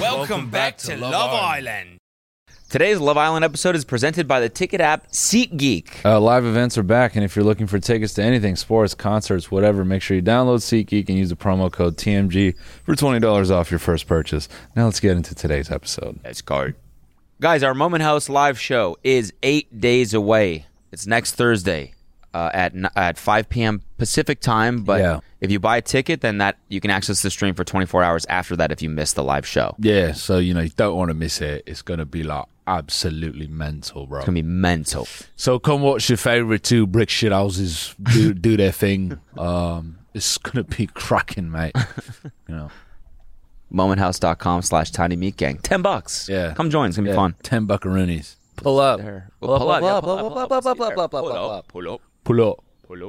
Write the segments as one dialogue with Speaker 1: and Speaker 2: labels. Speaker 1: Welcome, back, to, Love, Island.
Speaker 2: Today's Love Island episode is presented by the ticket app SeatGeek.
Speaker 3: Uh, live events are back, and if you're looking for tickets to anything, sports, concerts, whatever, make sure you download SeatGeek and use the promo code TMG for $20 off your first purchase. Now let's get into today's episode.
Speaker 2: That's card. Guys, our Moment House live show is eight days away. It's next Thursday uh, at n- at 5 p.m. Pacific time. But
Speaker 3: Yeah.
Speaker 2: if you buy a ticket, then that you can access the stream for 24 hours after that if you miss the live show. It's
Speaker 3: Yeah, so, you know, you don't want to miss it. It's going to be like absolutely mental, bro.
Speaker 2: gonna be mental.
Speaker 3: So come watch your favorite two brick shit houses do, do their thing. Um, it's going to be cracking, mate. You know,
Speaker 2: momenthouse.com slash tiny meat gang 10 bucks
Speaker 3: Yeah.
Speaker 2: come join it's gonna
Speaker 3: yeah,
Speaker 2: be fun
Speaker 3: 10 buckaroonies. Pull up.
Speaker 2: Well, pull up, yeah, pull up, pull up, pull up, pull up, pull up.
Speaker 1: Pull up.
Speaker 3: Pull
Speaker 1: Pull
Speaker 3: up.
Speaker 1: up.
Speaker 3: Pull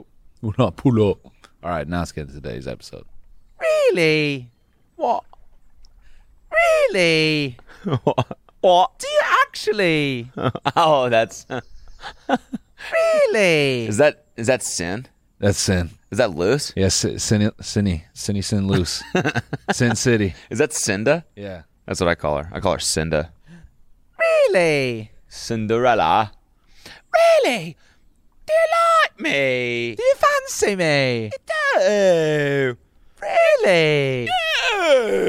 Speaker 3: up. Pull up. All right, now let's get to today's episode.
Speaker 1: Really? What? Really?
Speaker 2: What?
Speaker 1: Do you actually?
Speaker 2: oh that's
Speaker 1: Really?
Speaker 2: is that is that sin
Speaker 3: That's sin.
Speaker 2: is that loose
Speaker 3: Yeah, Sin, Sin, Sinny, Sinny, Sin Loose. sin City.
Speaker 2: is that cinda
Speaker 3: Yeah.
Speaker 2: that's what i call her i call her cinda
Speaker 1: Really?
Speaker 2: cinderella
Speaker 1: Really?
Speaker 2: do you like me
Speaker 1: Do you fancy me?
Speaker 2: do
Speaker 1: Really?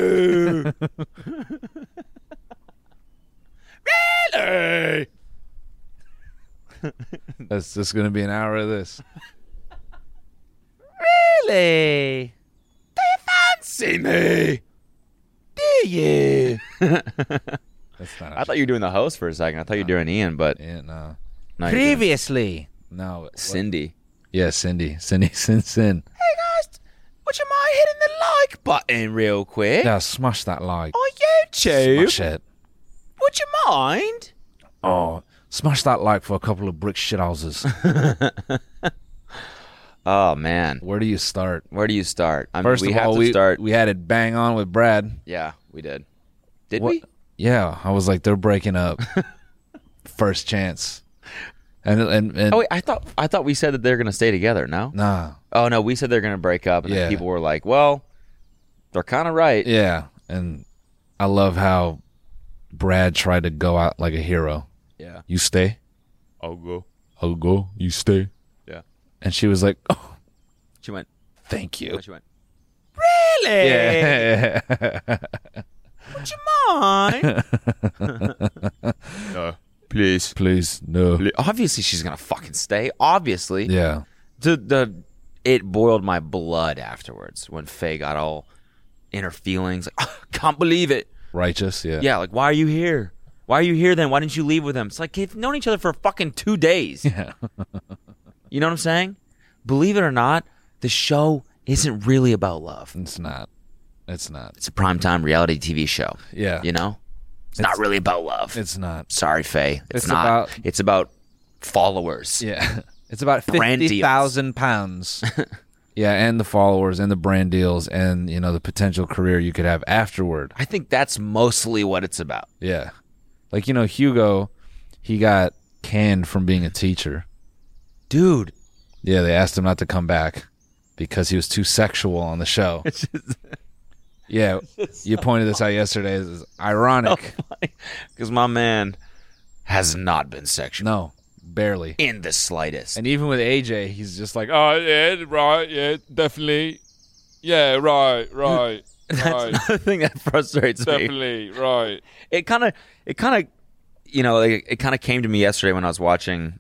Speaker 2: really
Speaker 3: That's just going to be an hour of this.
Speaker 1: Really?
Speaker 2: see me
Speaker 1: Do you?
Speaker 3: That's not.
Speaker 2: i thought you were doing the host for a second i thought you were doing ian but
Speaker 3: yeah, no.
Speaker 2: now you're doing
Speaker 1: Previously.
Speaker 3: No. what-
Speaker 2: cindy
Speaker 3: Yeah, Cindy. Cindy, Sin, Sin.
Speaker 2: Hey guys, would you mind hitting the like button real quick
Speaker 3: Yeah, smash that like.
Speaker 2: on YouTube?
Speaker 3: Smash it.
Speaker 2: Would you mind?
Speaker 3: Oh, smash that like for a couple of brick shithouses.
Speaker 2: Oh man,
Speaker 3: Where do you start?
Speaker 2: where do you start? I mean,
Speaker 3: First
Speaker 2: we
Speaker 3: of
Speaker 2: have
Speaker 3: all,
Speaker 2: to
Speaker 3: we,
Speaker 2: start.
Speaker 3: we had it bang on with Brad.
Speaker 2: yeah, we did. Did
Speaker 3: What-
Speaker 2: we?
Speaker 3: Yeah, I was like, they're breaking up. First chance. And, and, and
Speaker 2: Oh wait, I thought I thought we said that they're gonna stay together. No.
Speaker 3: nah.
Speaker 2: Oh no, we said they're gonna break up, and then
Speaker 3: Yeah.
Speaker 2: people were like, "Well, they're kind of right."
Speaker 3: Yeah, and I love how Brad tried to go out like a hero.
Speaker 2: Yeah.
Speaker 3: You stay.
Speaker 2: I'll go.
Speaker 3: I'll go. You stay.
Speaker 2: Yeah.
Speaker 3: And she was like, "Oh,
Speaker 2: She went.
Speaker 3: thank you."
Speaker 2: She went.
Speaker 3: Yeah.
Speaker 2: Mine. no, Uh, please.
Speaker 3: Please no.
Speaker 2: Obviously, she's gonna fucking stay. Obviously.
Speaker 3: Yeah.
Speaker 2: the the it boiled my blood afterwards when Faye got all in her feelings. Like, "Ah, can't believe it.
Speaker 3: Righteous. Yeah.
Speaker 2: Yeah, like why are you here? Why are you here then? Why didn't you leave with him? It's like they've known each other for fucking two days.
Speaker 3: Yeah.
Speaker 2: You know what I'm saying? Believe it or not, the show isn't really about love.
Speaker 3: It's not. It's not.
Speaker 2: It's a primetime reality TV show.
Speaker 3: Yeah.
Speaker 2: You know? It's, not really about love.
Speaker 3: It's not.
Speaker 2: Sorry, Faye. It's,
Speaker 3: It's
Speaker 2: not.
Speaker 3: about-
Speaker 2: it's about followers.
Speaker 3: Yeah. It's about
Speaker 2: Brand deals.
Speaker 3: fifty thousand pounds. yeah, and the followers and the brand deals and you know the potential career you could have afterward.
Speaker 2: I think that's mostly what it's about.
Speaker 3: Yeah. Like, you know, Hugo, he got canned from being a teacher.
Speaker 2: Dude,
Speaker 3: Yeah, they asked him not to come back because he was too sexual on the show. yeah. You pointed this out yesterday. It's ironic.
Speaker 2: because my man has not been sexual
Speaker 3: No, barely.
Speaker 2: in the slightest.
Speaker 3: And even with AJ, he's just like, oh, yeah, right. Yeah, definitely. Yeah, right, right.
Speaker 2: That's another thing that frustrates me.
Speaker 3: right.
Speaker 2: It kind of, it kind of, you know, like, it kind of came to me yesterday when I was watching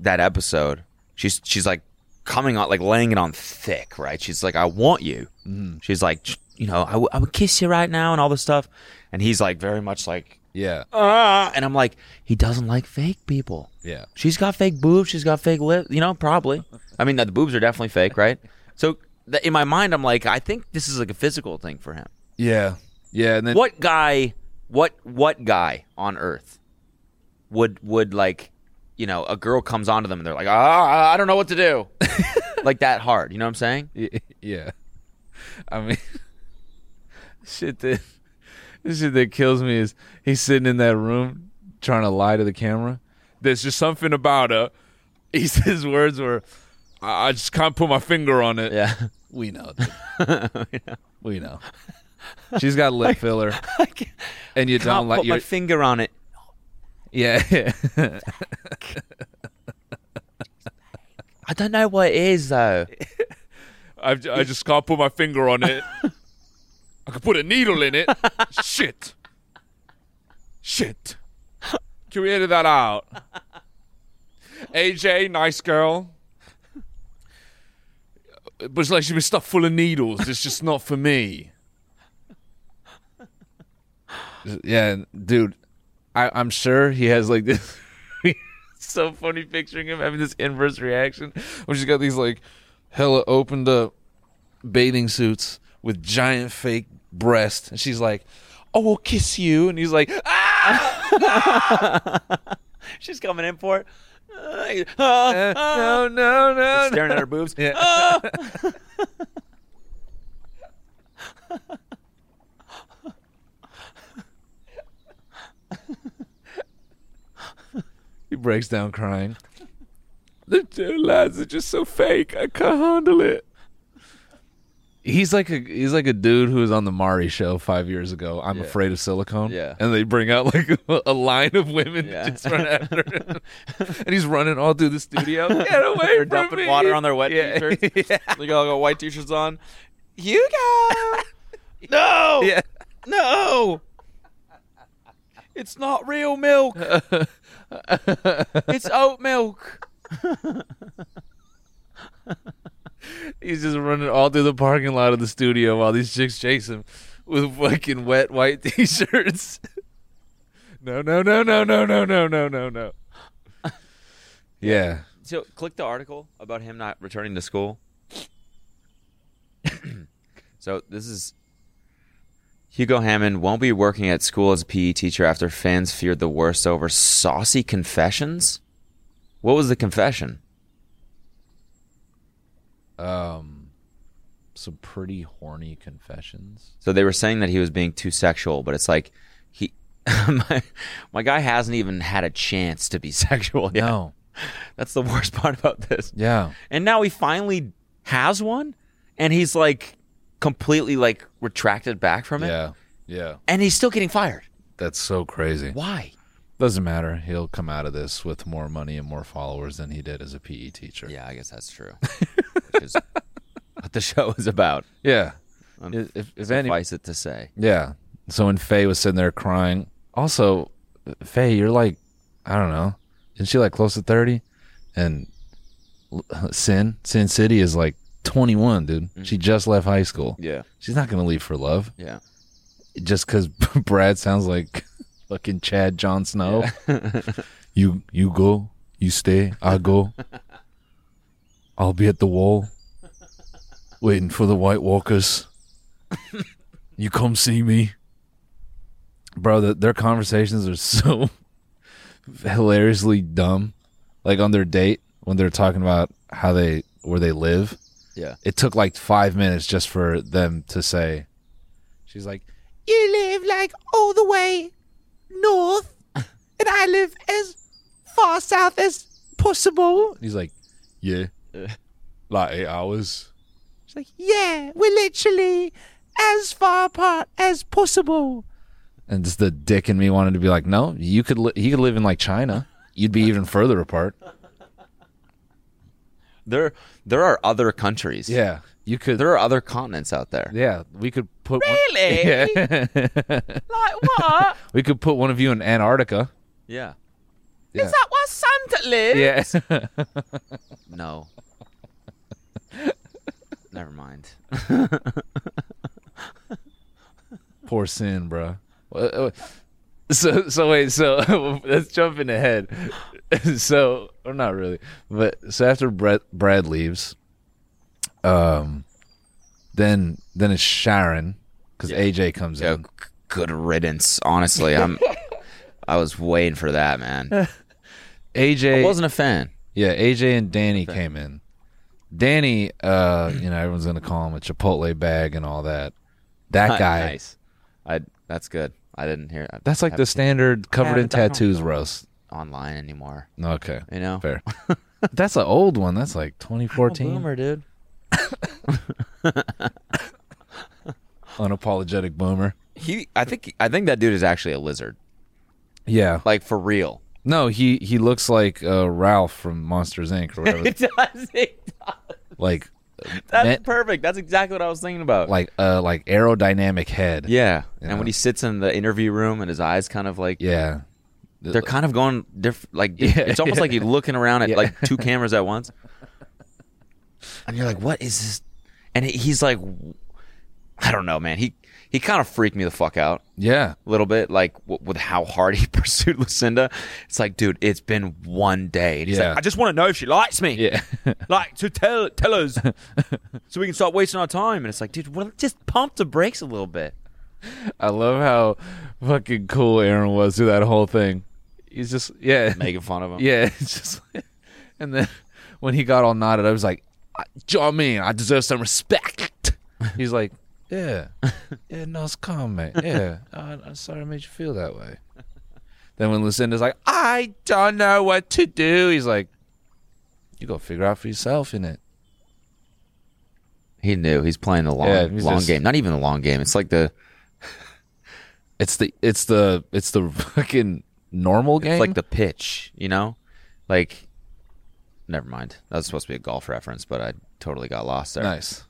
Speaker 2: that episode. She's she's like coming on, like laying it on thick, right? She's like, I want you.
Speaker 3: Mm.
Speaker 2: She's like, "Ch- you know, I, w- I would kiss you right now and all this stuff. And he's like, very much like,
Speaker 3: Yeah,
Speaker 2: ah. And I'm like, he doesn't like fake people.
Speaker 3: yeah.
Speaker 2: She's got fake boobs. She's got fake lips. You know, probably. I mean, the boobs are definitely fake, right? So th- in my mind, I'm like, I think this is like a physical thing for him.
Speaker 3: Yeah. Yeah. And then
Speaker 2: What guy? What what guy on earth would would like? You know, a girl comes onto them and they're like, ah, I don't know what to do, like that hard. You know what I'm saying?
Speaker 3: Y- yeah. I mean, shit that the shit that kills me is he's sitting in that room trying to lie to the camera. There's just something about her. He's, his words were, I, I just can't put my finger on it.
Speaker 2: Yeah.
Speaker 3: We know. dude. we know. She's got lip filler,
Speaker 2: I can't,
Speaker 3: and you don't like
Speaker 2: put my
Speaker 3: your
Speaker 2: finger on it.
Speaker 3: yeah.
Speaker 2: I don't know what it is though.
Speaker 3: I, I just can't put my finger on it. I could put a needle in it. Shit. Shit. Can we edit that out? AJ, nice girl. But it's like she was stuffed full of needles. It's just not for me. Yeah, dude. I, I'm sure he has like this. so funny picturing him having this inverse reaction. Where she's got these like hella opened up bathing suits with giant fake breasts, and she's like, "Oh, we'll kiss you," and he's like, "Ah!"
Speaker 4: She's coming in for it. Uh,
Speaker 3: Uh,
Speaker 4: uh,
Speaker 3: no, no, no, no.
Speaker 2: Staring at her boobs.
Speaker 3: Yeah.
Speaker 2: Uh.
Speaker 3: he breaks down crying. The two lads are just so fake. I can't handle it. He's like a he's like a dude who was on the Mari show five years ago. I'm afraid of silicone.
Speaker 2: Yeah.
Speaker 3: and they bring out like a, a line of women
Speaker 2: Yeah.
Speaker 3: to just run after him, and he's running all through the studio. Get away
Speaker 2: They're
Speaker 3: from
Speaker 2: dumping
Speaker 3: me.
Speaker 2: water on their wet
Speaker 3: Yeah.
Speaker 2: t-shirts. They got all got white t-shirts on.
Speaker 4: Hugo! no!
Speaker 3: Yeah.
Speaker 4: No! It's not real milk. it's oat milk.
Speaker 3: He's just running all through the parking lot of the studio while these chicks chase him with fucking wet white t-shirts. no, no, no, no, no, no, no, no, no, no. Yeah.
Speaker 2: So click the article about him not returning to school. so this is Hugo Hammond won't be working at school as a PE teacher after fans feared the worst over saucy confessions. What was the confession?
Speaker 3: Um some pretty horny confessions.
Speaker 2: So they were saying that he was being too sexual, but it's like he my, my guy hasn't even had a chance to be sexual yet.
Speaker 3: No.
Speaker 2: That's the worst part about this.
Speaker 3: Yeah.
Speaker 2: And now he finally has one and he's like completely like retracted back from it.
Speaker 3: Yeah. Yeah.
Speaker 2: And he's still getting fired.
Speaker 3: That's so crazy.
Speaker 2: Why?
Speaker 3: Doesn't matter. He'll come out of this with more money and more followers than he did as a PE teacher.
Speaker 2: Yeah, I guess that's true. Which is what the show is about.
Speaker 3: Yeah.
Speaker 2: Um,
Speaker 3: If, if- if any
Speaker 2: Suffice it to say.
Speaker 3: Yeah. So when Faye was sitting there crying, also, Faye, you're like, I don't know, isn't she like close to 30? And L- Sin, Sin City is like 21, dude. She just left high school.
Speaker 2: Yeah.
Speaker 3: She's not going to leave for love
Speaker 2: Yeah.
Speaker 3: just because Brad sounds like fucking Chad John Snow. you you go, you stay, I go. I'll be at the wall, waiting for the White Walkers. you come see me, bro. th their conversations are so hilariously dumb. Like on their date when they're talking about how they where they live
Speaker 2: Yeah.
Speaker 3: it took like five minutes just for them to say she's like
Speaker 4: You live like all the way north, and I live as far south as possible.
Speaker 3: he's like yeah
Speaker 2: Yeah.
Speaker 3: like eight hours
Speaker 4: She's like, yeah, we're literally as far apart as possible.
Speaker 3: and just the dick in me wanted to be like no you could li- he could live in like china you'd be even further apart
Speaker 2: There there are other countries.
Speaker 3: yeah you could
Speaker 2: There are other continents out there.
Speaker 3: yeah we could put
Speaker 4: Really?
Speaker 3: one- yeah.
Speaker 4: Like what?
Speaker 3: we could put one of you in antarctica
Speaker 2: Yeah.
Speaker 3: Yeah.
Speaker 4: Is that where Santa lives?
Speaker 3: yeah
Speaker 2: No. Never mind.
Speaker 3: poor sin bro so so wait so let's jump in ahead so or not really but so after brad, brad leaves um then then it's sharon because aj comes
Speaker 2: Yo,
Speaker 3: in
Speaker 2: g- good riddance. Honestly, I'm. I was waiting for that, man.
Speaker 3: aj
Speaker 2: I wasn't a fan.
Speaker 3: yeah aj and danny came in danny uh you know everyone's gonna call him a chipotle bag and all that that guy
Speaker 2: nice. I. That's good. I didn't hear that
Speaker 3: that's like the standard covered in tattoos roast
Speaker 2: online anymore.
Speaker 3: okay
Speaker 2: You know,
Speaker 3: fair that's an old one that's Oh, like 2014
Speaker 2: dude.
Speaker 3: unapologetic boomer.
Speaker 2: He, I think, I think that dude is actually a lizard,
Speaker 3: Yeah.
Speaker 2: like for real.
Speaker 3: No, he he looks like uh, Ralph from Monsters Inc. or whatever.
Speaker 2: does. It does.
Speaker 3: like
Speaker 2: That's
Speaker 3: Met-
Speaker 2: perfect. That's exactly what I was thinking about.
Speaker 3: like uh like aerodynamic head.
Speaker 2: yeah.
Speaker 3: Yeah.
Speaker 2: And when he sits in the interview room and his eyes kind of like
Speaker 3: Yeah.
Speaker 2: they're kind of going different. Like
Speaker 3: Yeah,
Speaker 2: it's almost
Speaker 3: yeah.
Speaker 2: like you're looking around at
Speaker 3: Yeah.
Speaker 2: like two cameras at once, and you're like, "What is this?" And he- he's like, "I don't know, man." He he kind of freaked me the fuck out
Speaker 3: Yeah.
Speaker 2: a little bit, like w- with how hard he pursued Lucinda. It's like, dude, it's been one day. And he's
Speaker 3: Yeah.
Speaker 2: like, "I just want to know if she likes me."
Speaker 3: Yeah.
Speaker 2: Like to tell tell us, so we can stop wasting our time. And it's like, dude, well, just pump the brakes a little bit.
Speaker 3: I love how fucking cool Aaron was through that whole thing. He's just yeah.
Speaker 2: Making fun of him.
Speaker 3: Yeah, it's just and then when he got all knotted, I was like, I, I mean, I deserve some respect. He's like, yeah, yeah, no, it's calm, mate. Yeah, I, I'm sorry I made you feel that way. Then when Lucinda's like, I don't know what to do, he's like, you go figure out for yourself, in it.
Speaker 2: He knew he's playing the long
Speaker 3: Yeah, he's
Speaker 2: long
Speaker 3: just-
Speaker 2: game. Not even the long game. It's like the
Speaker 3: It's the it's the it's the fucking normal game.
Speaker 2: it's like the pitch, you know? Like never mind. That was supposed to be a golf reference, but I totally got lost there.
Speaker 3: nice.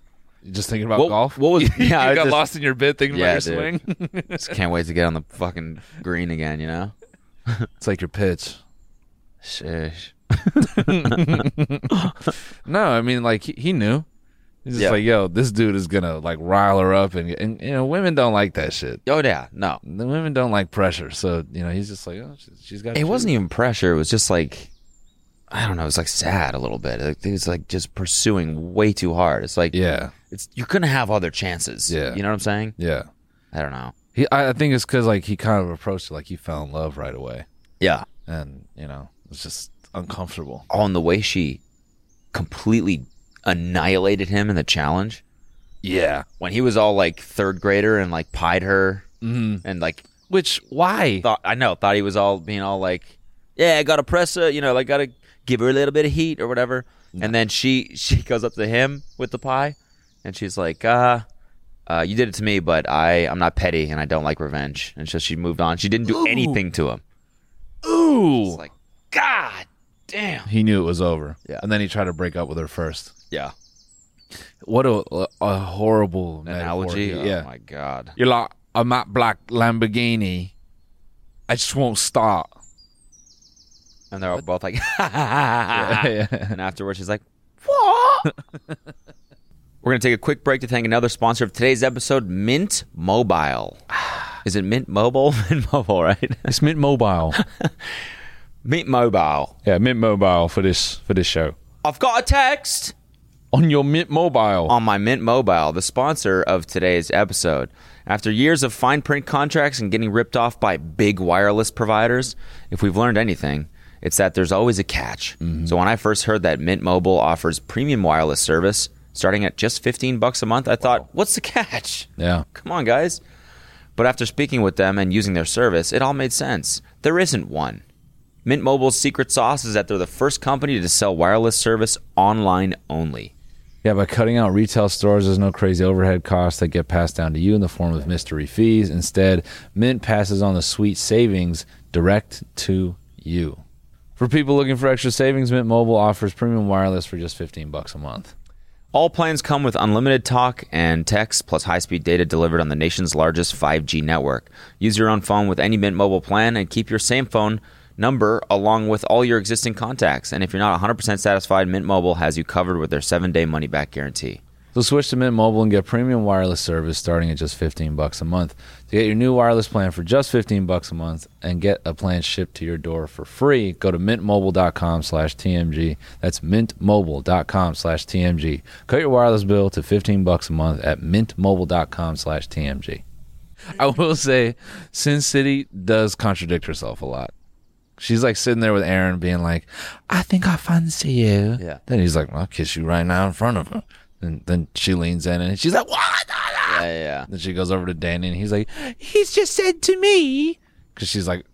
Speaker 3: You just thinking about
Speaker 2: What-
Speaker 3: golf.
Speaker 2: what was-
Speaker 3: you
Speaker 2: yeah, I
Speaker 3: got
Speaker 2: just-
Speaker 3: lost in your bid thinking
Speaker 2: Yeah,
Speaker 3: about your
Speaker 2: dude.
Speaker 3: swing.
Speaker 2: Just can't wait to get on the fucking green again, you know?
Speaker 3: it's like your pitch.
Speaker 2: Sheesh.
Speaker 3: No, I mean like he, he knew. He's just
Speaker 2: Yeah.
Speaker 3: like, yo, this dude is gonna like rile her up, and and you know women don't like that shit.
Speaker 2: Oh yeah, no.
Speaker 3: The women don't like pressure, so you know he's just like, oh, she- she's got.
Speaker 2: It wasn't even pressure, it was just like I don't know, it was like sad a little bit. Like, It was like just pursuing way too hard. It's like
Speaker 3: Yeah,
Speaker 2: it's you couldn't have other chances.
Speaker 3: Yeah.
Speaker 2: You know what I'm saying?
Speaker 3: yeah.
Speaker 2: I don't know.
Speaker 3: He, I, I think it's because like he kind of approached it like he fell in love right away,
Speaker 2: Yeah.
Speaker 3: and you know it's just uncomfortable.
Speaker 2: On the way she completely annihilated him in the challenge.
Speaker 3: Yeah.
Speaker 2: when he was all like third grader and like pied her
Speaker 3: Mm.
Speaker 2: and like
Speaker 3: Which why?
Speaker 2: thought I know thought he was all being all like yeah I gotta press her you know like gotta give her a little bit of heat or whatever and then she she goes up to him with the pie and she's like uh, uh you did it to me but I I'm not petty and I don't like revenge and so she moved on she didn't do anything to him
Speaker 3: Ooh.
Speaker 2: like God damn
Speaker 3: he knew it was over.
Speaker 2: Yeah.
Speaker 3: And then he tried to break up with her first.
Speaker 2: yeah
Speaker 3: What a a horrible
Speaker 2: analogy
Speaker 3: metaphor.
Speaker 2: oh
Speaker 3: Yeah.
Speaker 2: my God
Speaker 3: You're like, I'm at black Lamborghini. I just won't start.
Speaker 2: and they're all both like
Speaker 3: Ah.
Speaker 2: And afterwards, she's like, "What?" We're going to take a quick break to thank another sponsor of today's episode, Mint Mobile. Is it Mint Mobile? Mint Mobile, right?
Speaker 3: It's Mint Mobile.
Speaker 2: Mint Mobile.
Speaker 3: yeah, Mint Mobile for this for this show.
Speaker 2: I've got a text
Speaker 3: On your Mint Mobile.
Speaker 2: on my Mint Mobile, the sponsor of today's episode. After years of fine print contracts and getting ripped off by big wireless providers, if we've learned anything, it's that there's always a catch. So when I first heard that Mint Mobile offers premium wireless service starting at just 15 bucks a month, I thought, "What's the catch?"
Speaker 3: Yeah.
Speaker 2: Come on, guys. But after speaking with them and using their service, it all made sense. There isn't one. Mint Mobile's secret sauce is that they're the first company to sell wireless service online only.
Speaker 3: Yeah, by cutting out retail stores, there's no crazy overhead costs that get passed down to you in the form of mystery fees. Instead, Mint passes on the sweet savings direct to you. For people looking for extra savings, Mint Mobile offers premium wireless for just 15 bucks a month.
Speaker 2: All plans come with unlimited talk and text, plus high speed data delivered on the nation's largest 5G network. Use your own phone with any Mint Mobile plan and keep your same phone number along with all your existing contacts. And if you're not 100% satisfied, Mint Mobile has you covered with their seven day money back guarantee.
Speaker 3: So switch to Mint Mobile and get premium wireless service starting at just 15 bucks a month. To get your new wireless plan for just 15 bucks a month and get a plan shipped to your door for free, go to mintmobile.com slash TMG. That's mintmobile.com slash TMG. Cut your wireless bill to 15 bucks a month at mintmobile.com slash TMG. I will say, Sin City does contradict herself a lot. She's like sitting there with Aaron, being like, "I think I fancy you."
Speaker 2: Yeah.
Speaker 3: Then he's like, "I'll kiss you right now in front of her." And then she leans in and she's like, "What?"
Speaker 2: Yeah, yeah, yeah.
Speaker 3: Then she goes over to Danny and he's like,
Speaker 5: He's just said to me,
Speaker 3: because she's like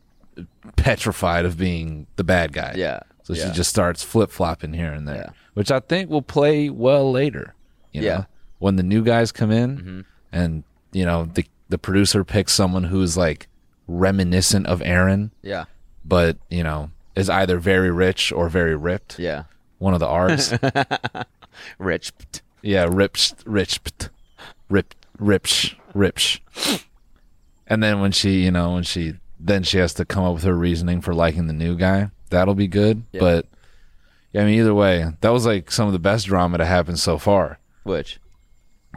Speaker 3: petrified of being the bad guy.
Speaker 2: Yeah,
Speaker 3: So
Speaker 2: yeah.
Speaker 3: she just starts flip flopping here and there,
Speaker 2: Yeah.
Speaker 3: which I think will play well later. You
Speaker 2: Yeah. Mm-hmm.
Speaker 3: know? When the new guys come in and you know the the producer picks someone who's like reminiscent of Aaron,
Speaker 2: Yeah.
Speaker 3: but you know is either very rich or very ripped.
Speaker 2: Yeah.
Speaker 3: One of the R's.
Speaker 2: Rich.
Speaker 3: Yeah, ripped, rich, rip, ripsh, ripsh. And then when she, you know, when she, then she has to come up with her reasoning for liking the new guy. That'll be good. But yeah, I mean, either way, that was like some of the best drama to happen so far.
Speaker 2: Which.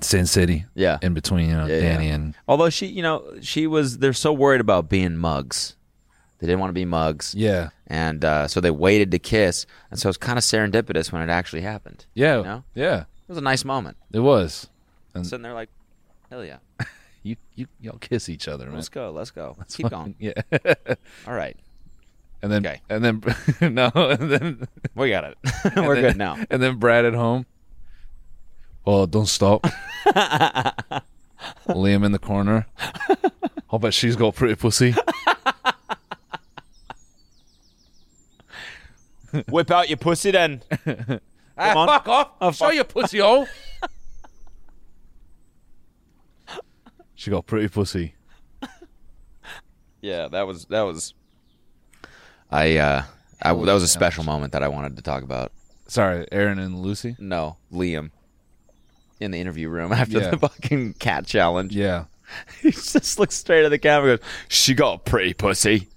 Speaker 3: Sin City.
Speaker 2: Yeah.
Speaker 3: In between, you know,
Speaker 2: Yeah,
Speaker 3: Danny
Speaker 2: yeah.
Speaker 3: and
Speaker 2: Although she, you know, she was. They're so worried about being mugs. They didn't want to be mugs.
Speaker 3: yeah,
Speaker 2: And uh, so they waited to kiss, and so it's kind of serendipitous when it actually happened.
Speaker 3: yeah,
Speaker 2: You know?
Speaker 3: yeah.
Speaker 2: It was a nice moment.
Speaker 3: It was.
Speaker 2: Sitting there like, hell yeah,
Speaker 3: You, you, y'all kiss each other, man.
Speaker 2: let's go, let's go, keep going.
Speaker 3: Yeah.
Speaker 2: All right,
Speaker 3: And then,
Speaker 2: Okay.
Speaker 3: and then, no, and then,
Speaker 2: we got it. We're
Speaker 3: and then-
Speaker 2: good now.
Speaker 3: And then Brad at home. Well, don't stop. Liam in the corner. I'll bet she's got pretty pussy.
Speaker 2: Whip out your pussy then. Come on.
Speaker 3: Fuck off. I'll show you pussy all. she got pretty pussy.
Speaker 2: Yeah, that was that was. I uh, I, that was a special moment that I wanted to talk about.
Speaker 3: Sorry, Aaron and Lucy.
Speaker 2: No, Liam, in the interview room after
Speaker 3: Yeah.
Speaker 2: the fucking cat challenge,
Speaker 3: Yeah.
Speaker 2: he just looks straight at the camera, and goes, "She got a pretty pussy,"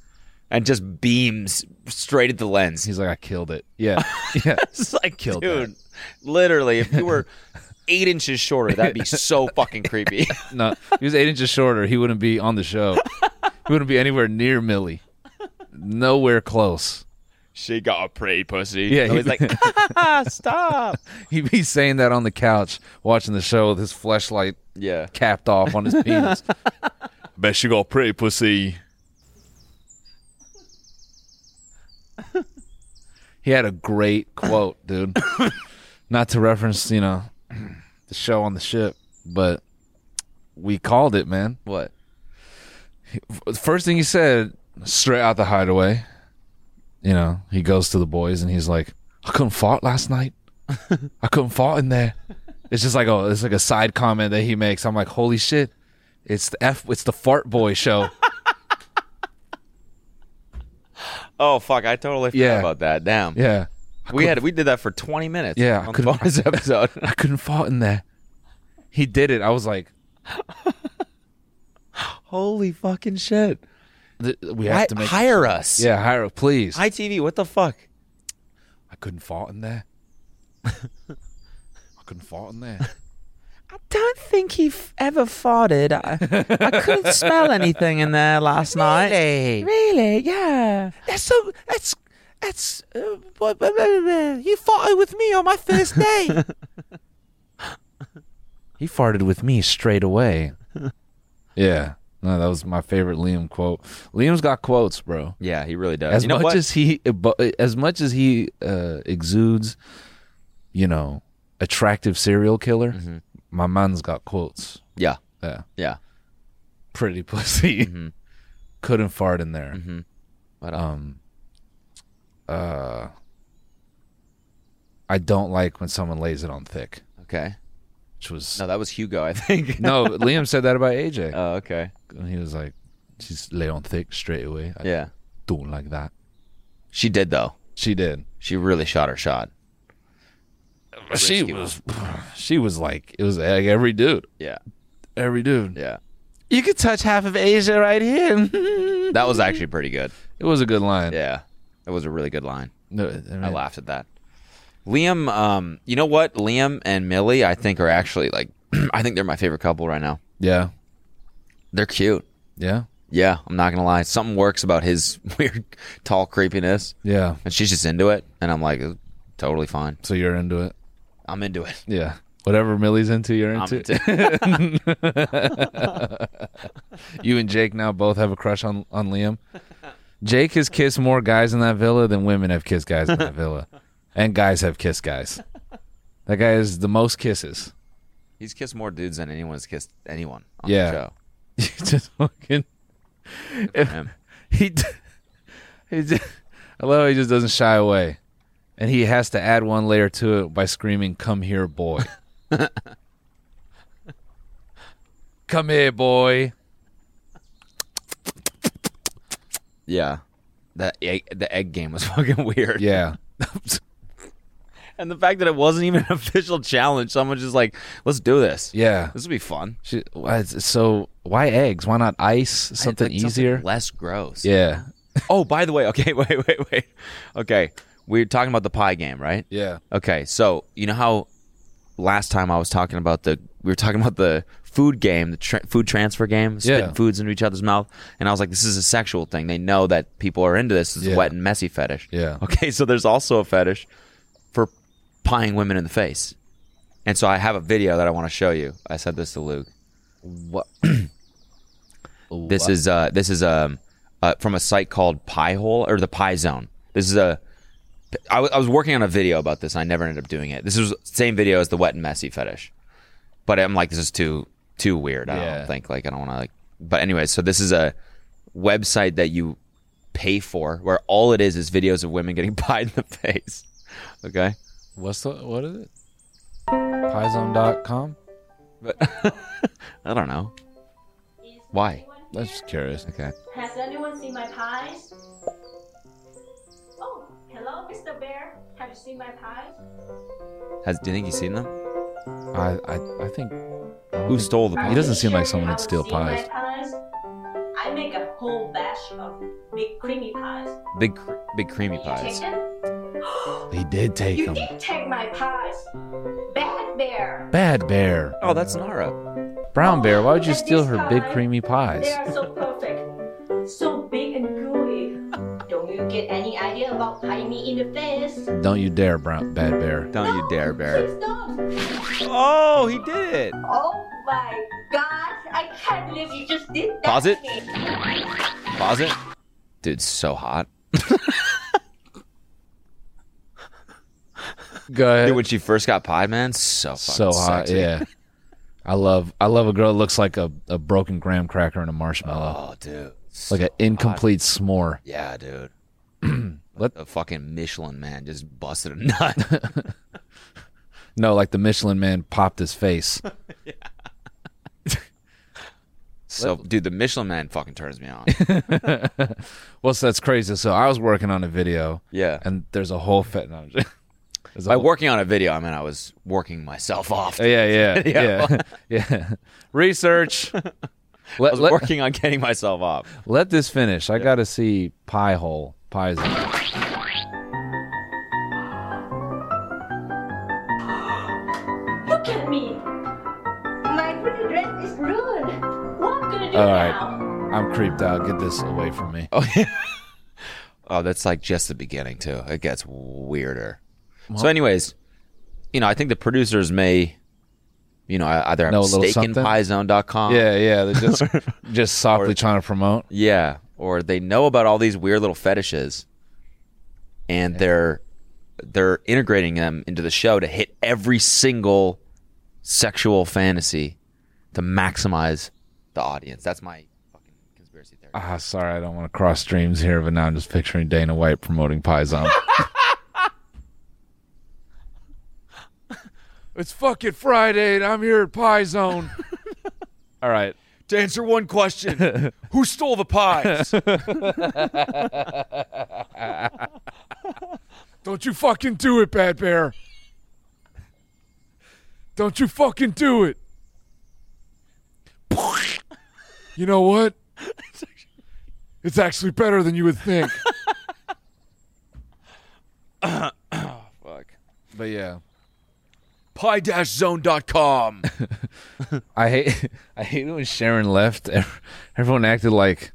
Speaker 2: and just beams straight at the lens.
Speaker 3: He's like, I killed it. Yeah. Yeah.
Speaker 2: It's like,
Speaker 3: Killed
Speaker 2: dude, literally, if you were eight inches shorter, that'd be so fucking creepy.
Speaker 3: No, he was eight inches shorter. He wouldn't be on the show. He wouldn't be anywhere near Millie. Nowhere close.
Speaker 2: she got a pretty pussy.
Speaker 3: Yeah,
Speaker 2: so
Speaker 3: he-
Speaker 2: he's like, "Ah, stop.
Speaker 3: He'd be saying that on the couch watching the show with his flashlight
Speaker 2: Yeah,
Speaker 3: capped off on his penis. Bet she got pretty pussy. he had a great quote, dude. Not to reference, you know, the show on the ship, but we called it, man.
Speaker 2: what?
Speaker 3: The first thing he said, straight out the hideaway, you know, he goes to the boys and he's like, I couldn't fart last night. I couldn't fart in there. It's just like oh, it's like a side comment that he makes. I'm like, holy shit, it's the f, it's the fart boy show.
Speaker 2: Oh fuck, I totally forgot
Speaker 3: Yeah.
Speaker 2: about that. Damn.
Speaker 3: Yeah,
Speaker 2: We had we did that for twenty minutes.
Speaker 3: Yeah, I
Speaker 2: on the
Speaker 3: couldn't-
Speaker 2: bonus episode.
Speaker 3: I couldn't fart in there. He did it. I was like,
Speaker 2: Holy fucking shit!
Speaker 3: th- we have
Speaker 2: Hi-
Speaker 3: to make.
Speaker 2: hire us.
Speaker 3: yeah, hire a- please. I,
Speaker 2: ITV. What the fuck?
Speaker 3: couldn't fart in there. I couldn't fart in there.
Speaker 6: I don't think he f- ever farted. I, I couldn't smell anything in there last night. Really? Really? Yeah. That's so. That's that's. Uh, blah, blah, blah, blah, blah. He farted with me on my first day.
Speaker 3: He farted with me straight away. yeah. No, that was my favorite Liam quote. Liam's got quotes, bro.
Speaker 2: Yeah, he really does.
Speaker 3: As
Speaker 2: you know
Speaker 3: much
Speaker 2: what?
Speaker 3: as he as much as he uh, exudes, you know, attractive serial killer, my man's got quotes.
Speaker 2: yeah,
Speaker 3: Yeah.
Speaker 2: yeah.
Speaker 3: Pretty pussy. Couldn't fart in there.
Speaker 2: What else?
Speaker 3: Um uh I don't like when someone lays it on thick,
Speaker 2: Okay.
Speaker 3: which was
Speaker 2: No, that was Hugo. I think.
Speaker 3: no, Liam said that about AJ.
Speaker 2: oh, okay.
Speaker 3: And he was like, she's lay on thick straight away. I
Speaker 2: Yeah,
Speaker 3: don't like that.
Speaker 2: she did though.
Speaker 3: She did.
Speaker 2: She really shot her shot.
Speaker 3: She was, she was like, it was like every dude,
Speaker 2: Yeah,
Speaker 3: every dude.
Speaker 2: yeah.
Speaker 3: You could touch half of Asia right here.
Speaker 2: That was actually pretty good.
Speaker 3: it was a good line.
Speaker 2: Yeah, it was a really good line.
Speaker 3: No, I mean,
Speaker 2: I laughed at that. Liam, um, you know what? Liam and Millie, I think, are actually like, I think they're my favorite couple right now.
Speaker 3: Yeah,
Speaker 2: They're cute.
Speaker 3: yeah,
Speaker 2: Yeah, I'm not gonna lie. Something works about his weird tall creepiness,
Speaker 3: yeah.
Speaker 2: and she's just into it. And I'm like, totally fine.
Speaker 3: So you're into it.
Speaker 2: I'm into it.
Speaker 3: Yeah, whatever Millie's into, you're
Speaker 2: I'm
Speaker 3: into.
Speaker 2: into it.
Speaker 3: you and Jake now both have a crush on on Liam. Jake has kissed more guys in that villa than women have kissed guys in that villa, and guys have kissed guys. That guy has the most kisses.
Speaker 2: He's kissed more dudes than anyone's kissed anyone on
Speaker 3: Yeah.
Speaker 2: the show.
Speaker 3: You just fucking
Speaker 2: Him.
Speaker 3: he d- he d- I love how he just doesn't shy away, and he has to add one layer to it by screaming, "Come here, boy." Come here, boy.
Speaker 2: Yeah. That egg, the egg game was fucking weird.
Speaker 3: Yeah.
Speaker 2: And the fact that it wasn't even an official challenge, someone just like, let's do this.
Speaker 3: Yeah.
Speaker 2: This would be fun.
Speaker 3: She, why is it so why eggs? Why not ice? Something
Speaker 2: Like,
Speaker 3: easier.
Speaker 2: less gross.
Speaker 3: yeah.
Speaker 2: Oh, by the way, okay, wait, wait, wait. Okay. We are talking about the pie game, right?
Speaker 3: Yeah.
Speaker 2: Okay, so you know how last time I was talking about the we were talking about the food game, the tra- food transfer game, spitting
Speaker 3: Yeah.
Speaker 2: foods into each other's mouth, and I was like, this is a sexual thing. They know that people are into this. This is
Speaker 3: Yeah.
Speaker 2: wet and messy fetish.
Speaker 3: Yeah.
Speaker 2: Okay, so there's also a fetish for pieing women in the face, and so I have a video that I want to show you. I said this to Luke. What? this is uh this is um uh, from a site called Pie Hole or the Pie Zone. This is a I wa- I was working on a video about this and I never ended up doing it. This was the same video as the wet and messy fetish. But I'm like, this is too too weird. I
Speaker 3: Yeah.
Speaker 2: don't think like I don't want to like. But anyway, so this is a website that you pay for where all it is is videos of women getting pied in the face. Okay.
Speaker 3: What's the what is it? Piezone.com?
Speaker 2: I don't know. Why?
Speaker 3: I'm just curious.
Speaker 2: Okay.
Speaker 7: Has anyone seen my pies? Oh, hello, Mr. Bear. Have you seen my pies?
Speaker 2: Has do you think he's seen them?
Speaker 3: I I, I think
Speaker 2: Who stole the
Speaker 7: Are
Speaker 2: pie?
Speaker 3: He doesn't
Speaker 7: you
Speaker 3: seem like
Speaker 7: sure
Speaker 3: someone
Speaker 7: you
Speaker 3: that'd steal
Speaker 7: haven't
Speaker 3: pies.
Speaker 7: seen my pies? I make a whole batch of big creamy pies.
Speaker 2: Big cr- big creamy
Speaker 7: Did you
Speaker 2: pies.
Speaker 7: take them?
Speaker 3: he did take
Speaker 7: You
Speaker 3: him.
Speaker 7: did take my pies. Bad Bear.
Speaker 3: Bad bear.
Speaker 2: Oh, that's Nara.
Speaker 3: Brown bear, why would you
Speaker 7: Look at
Speaker 3: steal
Speaker 7: these
Speaker 3: her big
Speaker 7: pies.
Speaker 3: creamy pies?
Speaker 7: They are so perfect. So big and gooey. Don't you get any idea about pie me in the face?
Speaker 3: Don't you dare, brown bad bear.
Speaker 2: Don't you
Speaker 7: No,
Speaker 2: dare, Bear.
Speaker 7: Please don't.
Speaker 2: Oh, he did it.
Speaker 7: Oh my god, I can't believe you just did that.
Speaker 2: Pause
Speaker 7: to
Speaker 2: it.
Speaker 7: me.
Speaker 2: Pause it. Dude's so hot.
Speaker 3: Go ahead.
Speaker 2: Dude, when she first got pie, man, so fucking
Speaker 3: so hot,
Speaker 2: sexy.
Speaker 3: yeah. I love I love a girl that looks like a, a broken graham cracker and a marshmallow.
Speaker 2: Oh, dude. So-
Speaker 3: like an incomplete s'more.
Speaker 2: yeah, dude.
Speaker 3: Let-
Speaker 2: The fucking Michelin man just busted a nut.
Speaker 3: No, like the Michelin man popped his face.
Speaker 2: so, dude, the Michelin man fucking turns me on.
Speaker 3: well, so that's crazy. So I was working on a video.
Speaker 2: Yeah.
Speaker 3: And there's a whole fit. No, I'm just- there's a
Speaker 2: By
Speaker 3: whole-
Speaker 2: working on a video, I mean I was working myself off. I
Speaker 3: Oh, Yeah, yeah,
Speaker 2: Yeah.
Speaker 3: yeah, yeah. Research. Let,
Speaker 2: was
Speaker 3: let,
Speaker 2: working on getting myself off.
Speaker 3: let this finish. I got to see pie hole pies.
Speaker 7: Look at me. My pretty dress is ruined. What am I gonna do
Speaker 3: All right.
Speaker 7: now?
Speaker 3: I'm creeped out. Get this away from me.
Speaker 2: Oh, yeah. oh, that's like just the beginning too. It gets weirder. so, anyways, you know, I think the producers may, you know, e-, either have
Speaker 3: Know a
Speaker 2: a
Speaker 3: little
Speaker 2: stake in
Speaker 3: something?
Speaker 2: piezone.com.
Speaker 3: Yeah, yeah. They're just just softly trying to promote.
Speaker 2: Yeah, or they know about all these weird little fetishes, and they're they're integrating them into the show to hit every single sexual fantasy to maximize the audience. That's my fucking conspiracy theory.
Speaker 3: Ah, sorry, I don't want to cross streams here, but now I'm just picturing Dana White promoting pies on. it's fucking Friday, and I'm here at Pie Zone. All right,
Speaker 2: To answer one question, who stole the pies?
Speaker 3: don't you fucking do it, Bad Bear. Don't you fucking do it. You know what? It's actually better than you would think.
Speaker 2: Fuck.
Speaker 3: But yeah.
Speaker 2: Pie-zone.com.
Speaker 3: I hate I hate it when Sharon left. ev- Everyone acted like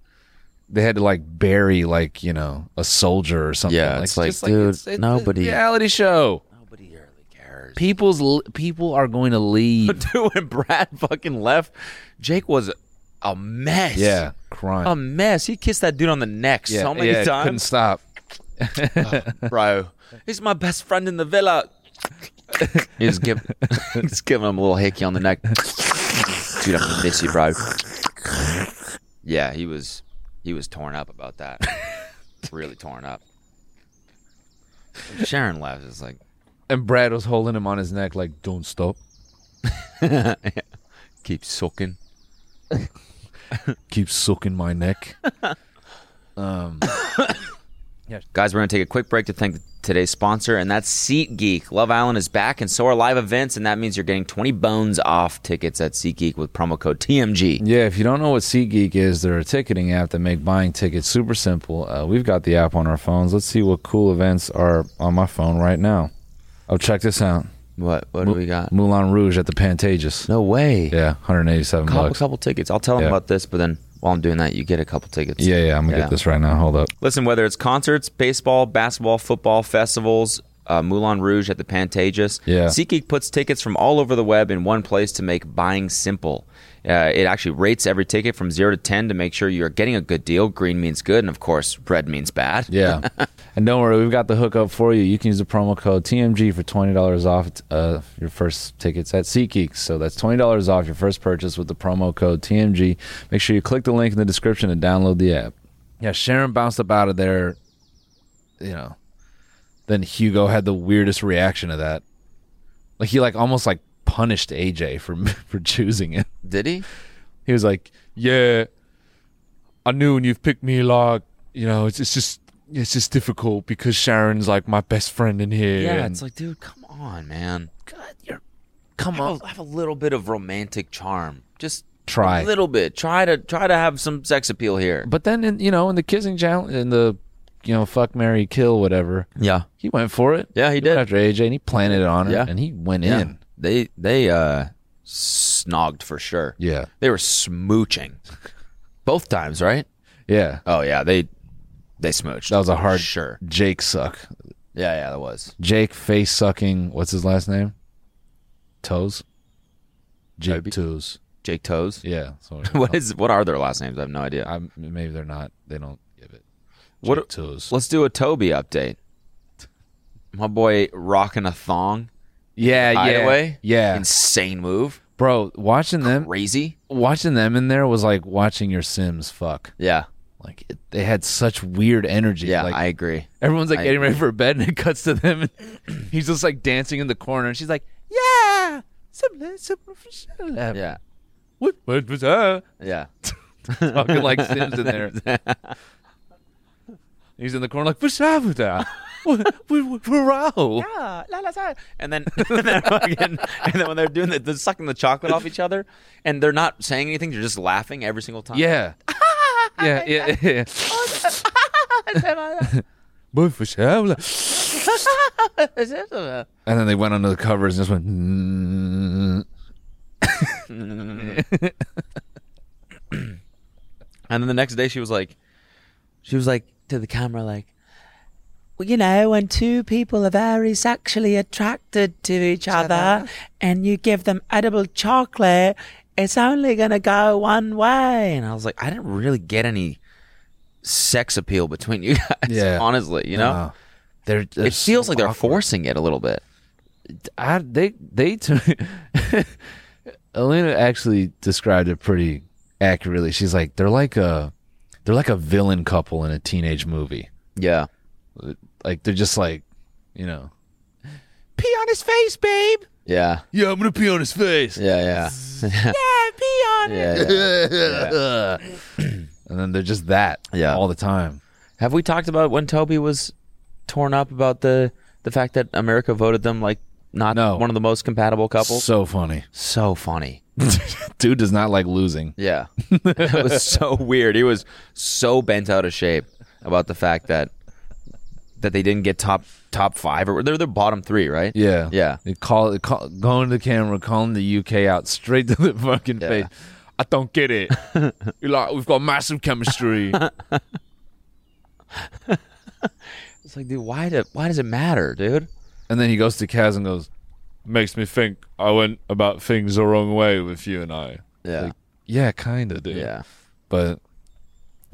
Speaker 3: they had to like bury like you know a soldier or something.
Speaker 2: Yeah, it's like,
Speaker 3: just
Speaker 2: dude,
Speaker 3: it's- it's a
Speaker 2: nobody-
Speaker 3: reality show.
Speaker 2: Nobody really cares.
Speaker 3: People's l- people are going to leave.
Speaker 2: Dude, when Brad fucking left, Jake was a mess.
Speaker 3: yeah, crying.
Speaker 2: A mess. He kissed that dude on the neck
Speaker 3: yeah,
Speaker 2: Um, so many
Speaker 3: yeah, Couldn't
Speaker 2: times.
Speaker 3: stop.
Speaker 2: bro. He's my best friend in the villa. he's giving, he's giving him a little hickey on the neck. Dude, I'm gonna miss you, bro. Yeah, he was, he was torn up about that. really torn up. Sharon laughs. It's like,
Speaker 3: And Brad was holding him on his neck like, "Don't stop."
Speaker 2: keep sucking.
Speaker 3: Keep sucking my neck. Um,
Speaker 2: Guys, we're going to take a quick break to thank today's sponsor, and that's SeatGeek. Love Island is back, and so are live events, and that means you're getting 20 bones off tickets at SeatGeek with promo code TMG.
Speaker 3: yeah, if you don't know what SeatGeek is, they're a ticketing app that make buying tickets super simple. Uh, we've got the app on our phones. Let's see what cool events are on my phone right now. Oh, check this out.
Speaker 2: What What do we got?
Speaker 3: Moulin Rouge at the Pantages.
Speaker 2: No way.
Speaker 3: Yeah, 187
Speaker 2: Couple,
Speaker 3: bucks.
Speaker 2: couple tickets. I'll tell them
Speaker 3: Yeah.
Speaker 2: about this, but then while I'm doing that, you get a couple tickets.
Speaker 3: Yeah, yeah, I'm gonna get this right now. Hold up.
Speaker 2: Listen, whether it's concerts, baseball, basketball, football, festivals, uh, Moulin Rouge at the Pantages,
Speaker 3: Yeah.
Speaker 2: SeatGeek puts tickets from all over the web in one place to make buying simple. Uh, it actually rates every ticket from zero to ten to make sure you are getting a good deal. Green means good, and of course, red means bad.
Speaker 3: Yeah, and don't worry, we've got the hookup for you. You can use the promo code TMG for twenty dollars off uh, your first tickets at SeatGeek. So that's twenty dollars off your first purchase with the promo code TMG. Make sure you click the link in the description and download the app. Yeah, Sharon bounced up out of there. You know, then Hugo had the weirdest reaction to that. Like he like almost like punished AJ for for choosing it.
Speaker 2: Did he?
Speaker 3: He was like,
Speaker 1: yeah, I knew and you've picked me like you know it's it's just it's just difficult because Sharon's like my best friend in here.
Speaker 2: Yeah,
Speaker 1: and-
Speaker 2: it's like, dude, come on, man. God, you're come on. have a little bit of romantic charm. Just
Speaker 3: Try.
Speaker 2: a little bit. Try to try to have some sex appeal here.
Speaker 3: but then in, you know in the kissing challenge in the you know fuck Mary kill whatever
Speaker 2: Yeah,
Speaker 3: He went for it.
Speaker 2: yeah, he
Speaker 3: He went
Speaker 2: did.
Speaker 3: after AJ and he planted it on her
Speaker 2: Yeah.
Speaker 3: and he went
Speaker 2: Yeah.
Speaker 3: in.
Speaker 2: They they uh snogged for sure.
Speaker 3: Yeah.
Speaker 2: They were smooching. Both times, right?
Speaker 3: Yeah.
Speaker 2: Oh yeah, they they smooched.
Speaker 3: That was a hard
Speaker 2: sure.
Speaker 3: Jake suck.
Speaker 2: Yeah, yeah, that was.
Speaker 3: Jake face sucking what's his last name? Toes? Jake
Speaker 2: Toby.
Speaker 3: Toes.
Speaker 2: Jake Toes.
Speaker 3: Yeah. So
Speaker 2: What is what are their last names? I have no idea.
Speaker 3: I'm, maybe they're not they don't give it.
Speaker 2: What-
Speaker 3: Jake Toes.
Speaker 2: Let's do a Toby update. My boy rocking a thong.
Speaker 3: Yeah, yeah.
Speaker 2: Hideaway?
Speaker 3: Yeah.
Speaker 2: Insane move.
Speaker 3: Bro, watching them
Speaker 2: Crazy.
Speaker 3: watching them in there was like watching your Sims fuck.
Speaker 2: Yeah.
Speaker 3: Like it, they had such weird energy.
Speaker 2: Yeah,
Speaker 3: like,
Speaker 2: I agree.
Speaker 3: Everyone's like
Speaker 2: I-
Speaker 3: getting ready for bed, and it cuts to them, and he's just like dancing in the corner, and she's like, "Yeah, some some professional." Yeah,
Speaker 2: Yeah.
Speaker 3: what, what was that?
Speaker 2: Yeah.
Speaker 3: Talking like Sims in there. he's in the corner like, "What's up with that?" What, what, what, Raul?"
Speaker 2: And then, and then, fucking, and then when they're doing that, they're sucking the chocolate off each other, and they're not saying anything; they're just laughing every single time.
Speaker 3: Yeah. yeah, yeah, yeah. Boy, for sure. and then they went under the covers and just went. "Mm."
Speaker 2: And then the next day, she was like,
Speaker 6: She was like to the camera, like, well, you know, when two people are very sexually attracted to each other and you give them edible chocolate, it's only going to go one way.
Speaker 2: and I was like, I didn't really get any sex appeal between you guys.
Speaker 3: Yeah.
Speaker 2: honestly, you know,
Speaker 3: Nah. They're,
Speaker 2: it feels like they're
Speaker 3: forced.
Speaker 2: forcing it a little bit.
Speaker 3: I they they t- Elena actually described it pretty accurately. She's like they're like a they're like a villain couple in a teenage movie.
Speaker 2: Yeah,
Speaker 3: Like they're just like, you know,
Speaker 6: Pee on his face, babe.
Speaker 2: yeah,
Speaker 3: yeah, I'm gonna pee on his face.
Speaker 2: yeah, yeah,
Speaker 6: Yeah, pee on it.
Speaker 2: yeah, yeah.
Speaker 3: and then they're just that
Speaker 2: Yeah.
Speaker 3: all the time.
Speaker 2: Have we talked about when Toby was torn up about the the fact that America voted them like not
Speaker 3: No.
Speaker 2: one of the most compatible couples?
Speaker 3: So funny.
Speaker 2: so funny.
Speaker 3: Dude does not like losing.
Speaker 2: Yeah. it was so weird. He was so bent out of shape about the fact that that they didn't get top top five or they're the bottom three, right?
Speaker 3: Yeah.
Speaker 2: Yeah.
Speaker 3: They call, they call going to the camera, calling the UK out straight to the fucking
Speaker 2: Yeah.
Speaker 3: face.
Speaker 1: I don't get it. You're like, we've got massive chemistry.
Speaker 2: It's like, dude, why do, why does it matter, dude?
Speaker 3: And then he goes to Kaz and goes,
Speaker 1: Makes me think I went about things the wrong way with you and I.
Speaker 2: Yeah.
Speaker 3: Yeah, kinda, dude.
Speaker 2: yeah.
Speaker 3: but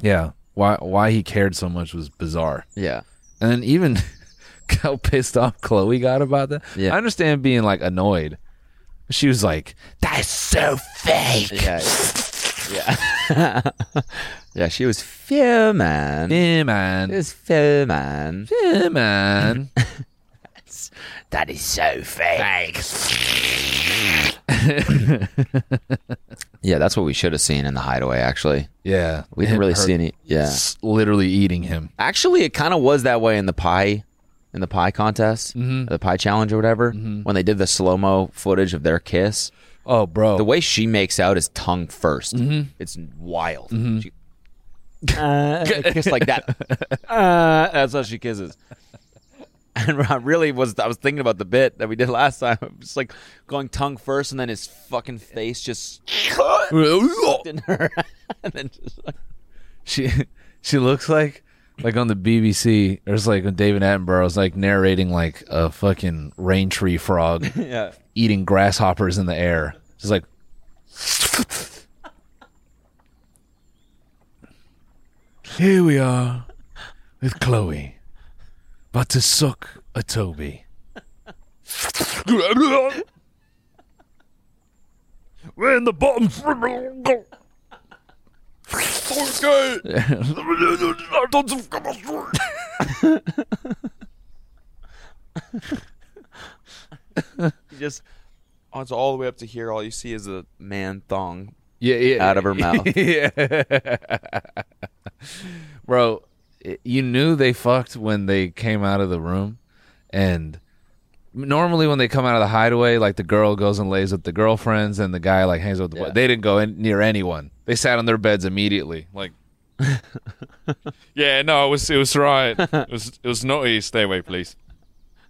Speaker 3: yeah, why why he cared so much was bizarre.
Speaker 2: Yeah.
Speaker 3: And then even how pissed off Chloe got about that.
Speaker 2: Yeah.
Speaker 3: I understand being like annoyed. She was like, "That's so fake."
Speaker 2: Yeah. Yeah. yeah, she was fear man.
Speaker 3: Yeah,
Speaker 2: She
Speaker 3: man.
Speaker 2: was fear man.
Speaker 3: Yeah, man.
Speaker 2: That is so fake. Yeah, that's what we should have seen in the hideaway. Actually,
Speaker 3: Yeah.
Speaker 2: we didn't really
Speaker 3: Her
Speaker 2: see any. Yeah,
Speaker 3: s- Literally eating him.
Speaker 2: actually, it kind of was that way in the pie, in the pie contest, the pie challenge or whatever. When they did the slow mo footage of their kiss,
Speaker 3: Oh, bro.
Speaker 2: the way she makes out is tongue 1st It's wild. She kissed like that. Uh, that's how she kisses. And I really was. I was thinking about the bit that we did last time. Just like going tongue first, and then his fucking face just in her, and then just like,
Speaker 3: she she looks like like on the BBC, there's like when David Attenborough is like narrating like a fucking rain tree frog
Speaker 2: yeah.
Speaker 3: eating grasshoppers in the air. She's like, here we are with Chloe, about to suck a Toby. We're in the bottom.
Speaker 2: You just oh, it's all the way up to here. All you see is a man thong
Speaker 3: yeah, yeah.
Speaker 2: out of her mouth.
Speaker 3: bro i- you knew they fucked when they came out of the room and normally when they come out of the hideaway like the girl goes and lays with the girlfriends and the guy like hangs out with the boy they didn't go in near anyone they sat on their beds immediately like
Speaker 1: Yeah, no, it was it was right. It was it was naughty. Stay away, please.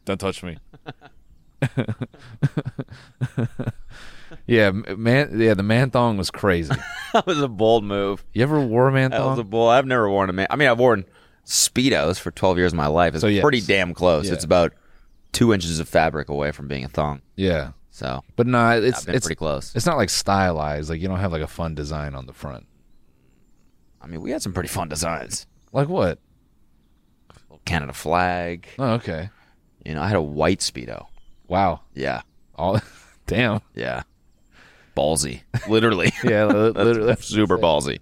Speaker 1: Don't touch me.
Speaker 3: yeah m- man yeah the man thong was crazy
Speaker 2: that was a bold move.
Speaker 3: you ever wore a man
Speaker 2: That was a
Speaker 3: thong
Speaker 2: bold. I've never worn a man. I mean, I've worn speedos for twelve years of my life. It's
Speaker 3: So, yes.
Speaker 2: pretty damn close.
Speaker 3: Yeah.
Speaker 2: It's about two inches of fabric away from being a thong.
Speaker 3: yeah
Speaker 2: So
Speaker 3: but no it's
Speaker 2: I've been
Speaker 3: it's
Speaker 2: pretty close.
Speaker 3: it's not like stylized like you don't have like a fun design on the front
Speaker 2: I mean, we had some pretty fun designs.
Speaker 3: like what
Speaker 2: Canada flag.
Speaker 3: oh okay
Speaker 2: You know, I had a white speedo.
Speaker 3: wow
Speaker 2: Yeah,
Speaker 3: all damn
Speaker 2: yeah. Ballsy, literally.
Speaker 3: yeah li- literally
Speaker 2: super ballsy.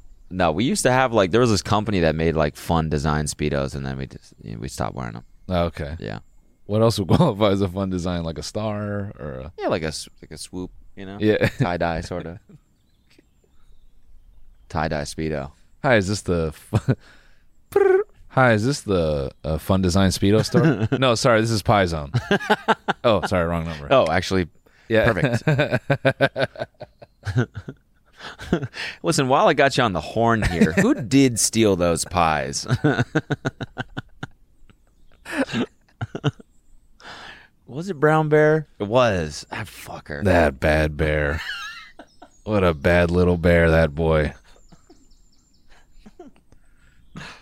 Speaker 2: no, we used to have like there was this company that made like fun design speedos, and then we just you know, we stopped wearing them.
Speaker 3: Oh, okay.
Speaker 2: Yeah,
Speaker 3: What else would qualify as a fun design, like a star or a
Speaker 2: yeah, like a s- like a swoop, you know,
Speaker 3: yeah?
Speaker 2: tie dye sort of tie dye speedo.
Speaker 3: Hi, is this the? fu- Hi, is this the uh, fun design speedo store? no, sorry, this is Pie Zone. oh, sorry, wrong number.
Speaker 2: Oh, actually,
Speaker 3: yeah,
Speaker 2: perfect. Listen, while I got you on the horn here, who did steal those pies? was it Brown Bear? It was. Ah, fucker.
Speaker 3: that bad bear. what a bad little bear that boy.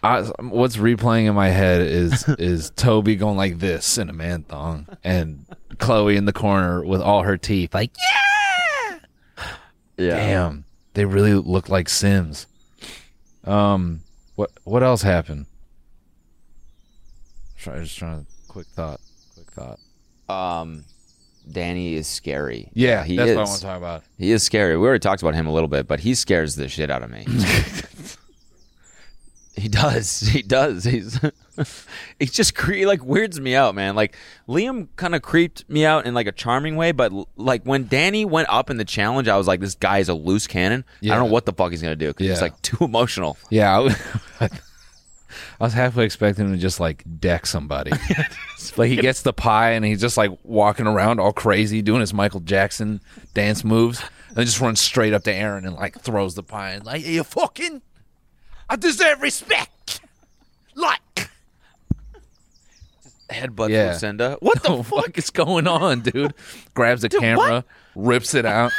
Speaker 3: I, what's replaying in my head is is Toby going like this in a man thong, and Chloe in the corner with all her teeth, like
Speaker 2: yeah.
Speaker 3: Damn, they really look like Sims. Um, what what else happened? Try, just trying to quick thought, quick thought.
Speaker 2: Um, Danny is scary.
Speaker 3: Yeah,
Speaker 2: he
Speaker 3: that's
Speaker 2: is.
Speaker 3: what I want to talk about.
Speaker 2: He is scary. We already talked about him a little bit, but he scares the shit out of me. he does. He does. He's he just cre- like weirds me out, man. Like Liam kind of creeped me out in like a charming way, but l- like when Danny went up in the challenge, I was like, this guy is a loose cannon. I don't
Speaker 3: Yeah.
Speaker 2: know what the fuck he's gonna do because he's
Speaker 3: Yeah.
Speaker 2: like too emotional.
Speaker 3: Yeah, I, w- I was halfway expecting him to just like deck somebody. like he gets the pie and he's just like walking around all crazy, doing his Michael Jackson dance moves, and then just runs straight up to Aaron and like throws the pie and like, "You fucking, I deserve respect." Like.
Speaker 2: Headbutts
Speaker 3: Yeah.
Speaker 2: Lucinda. What the?
Speaker 3: the fuck is going on, dude? Grabs a camera, rips it out,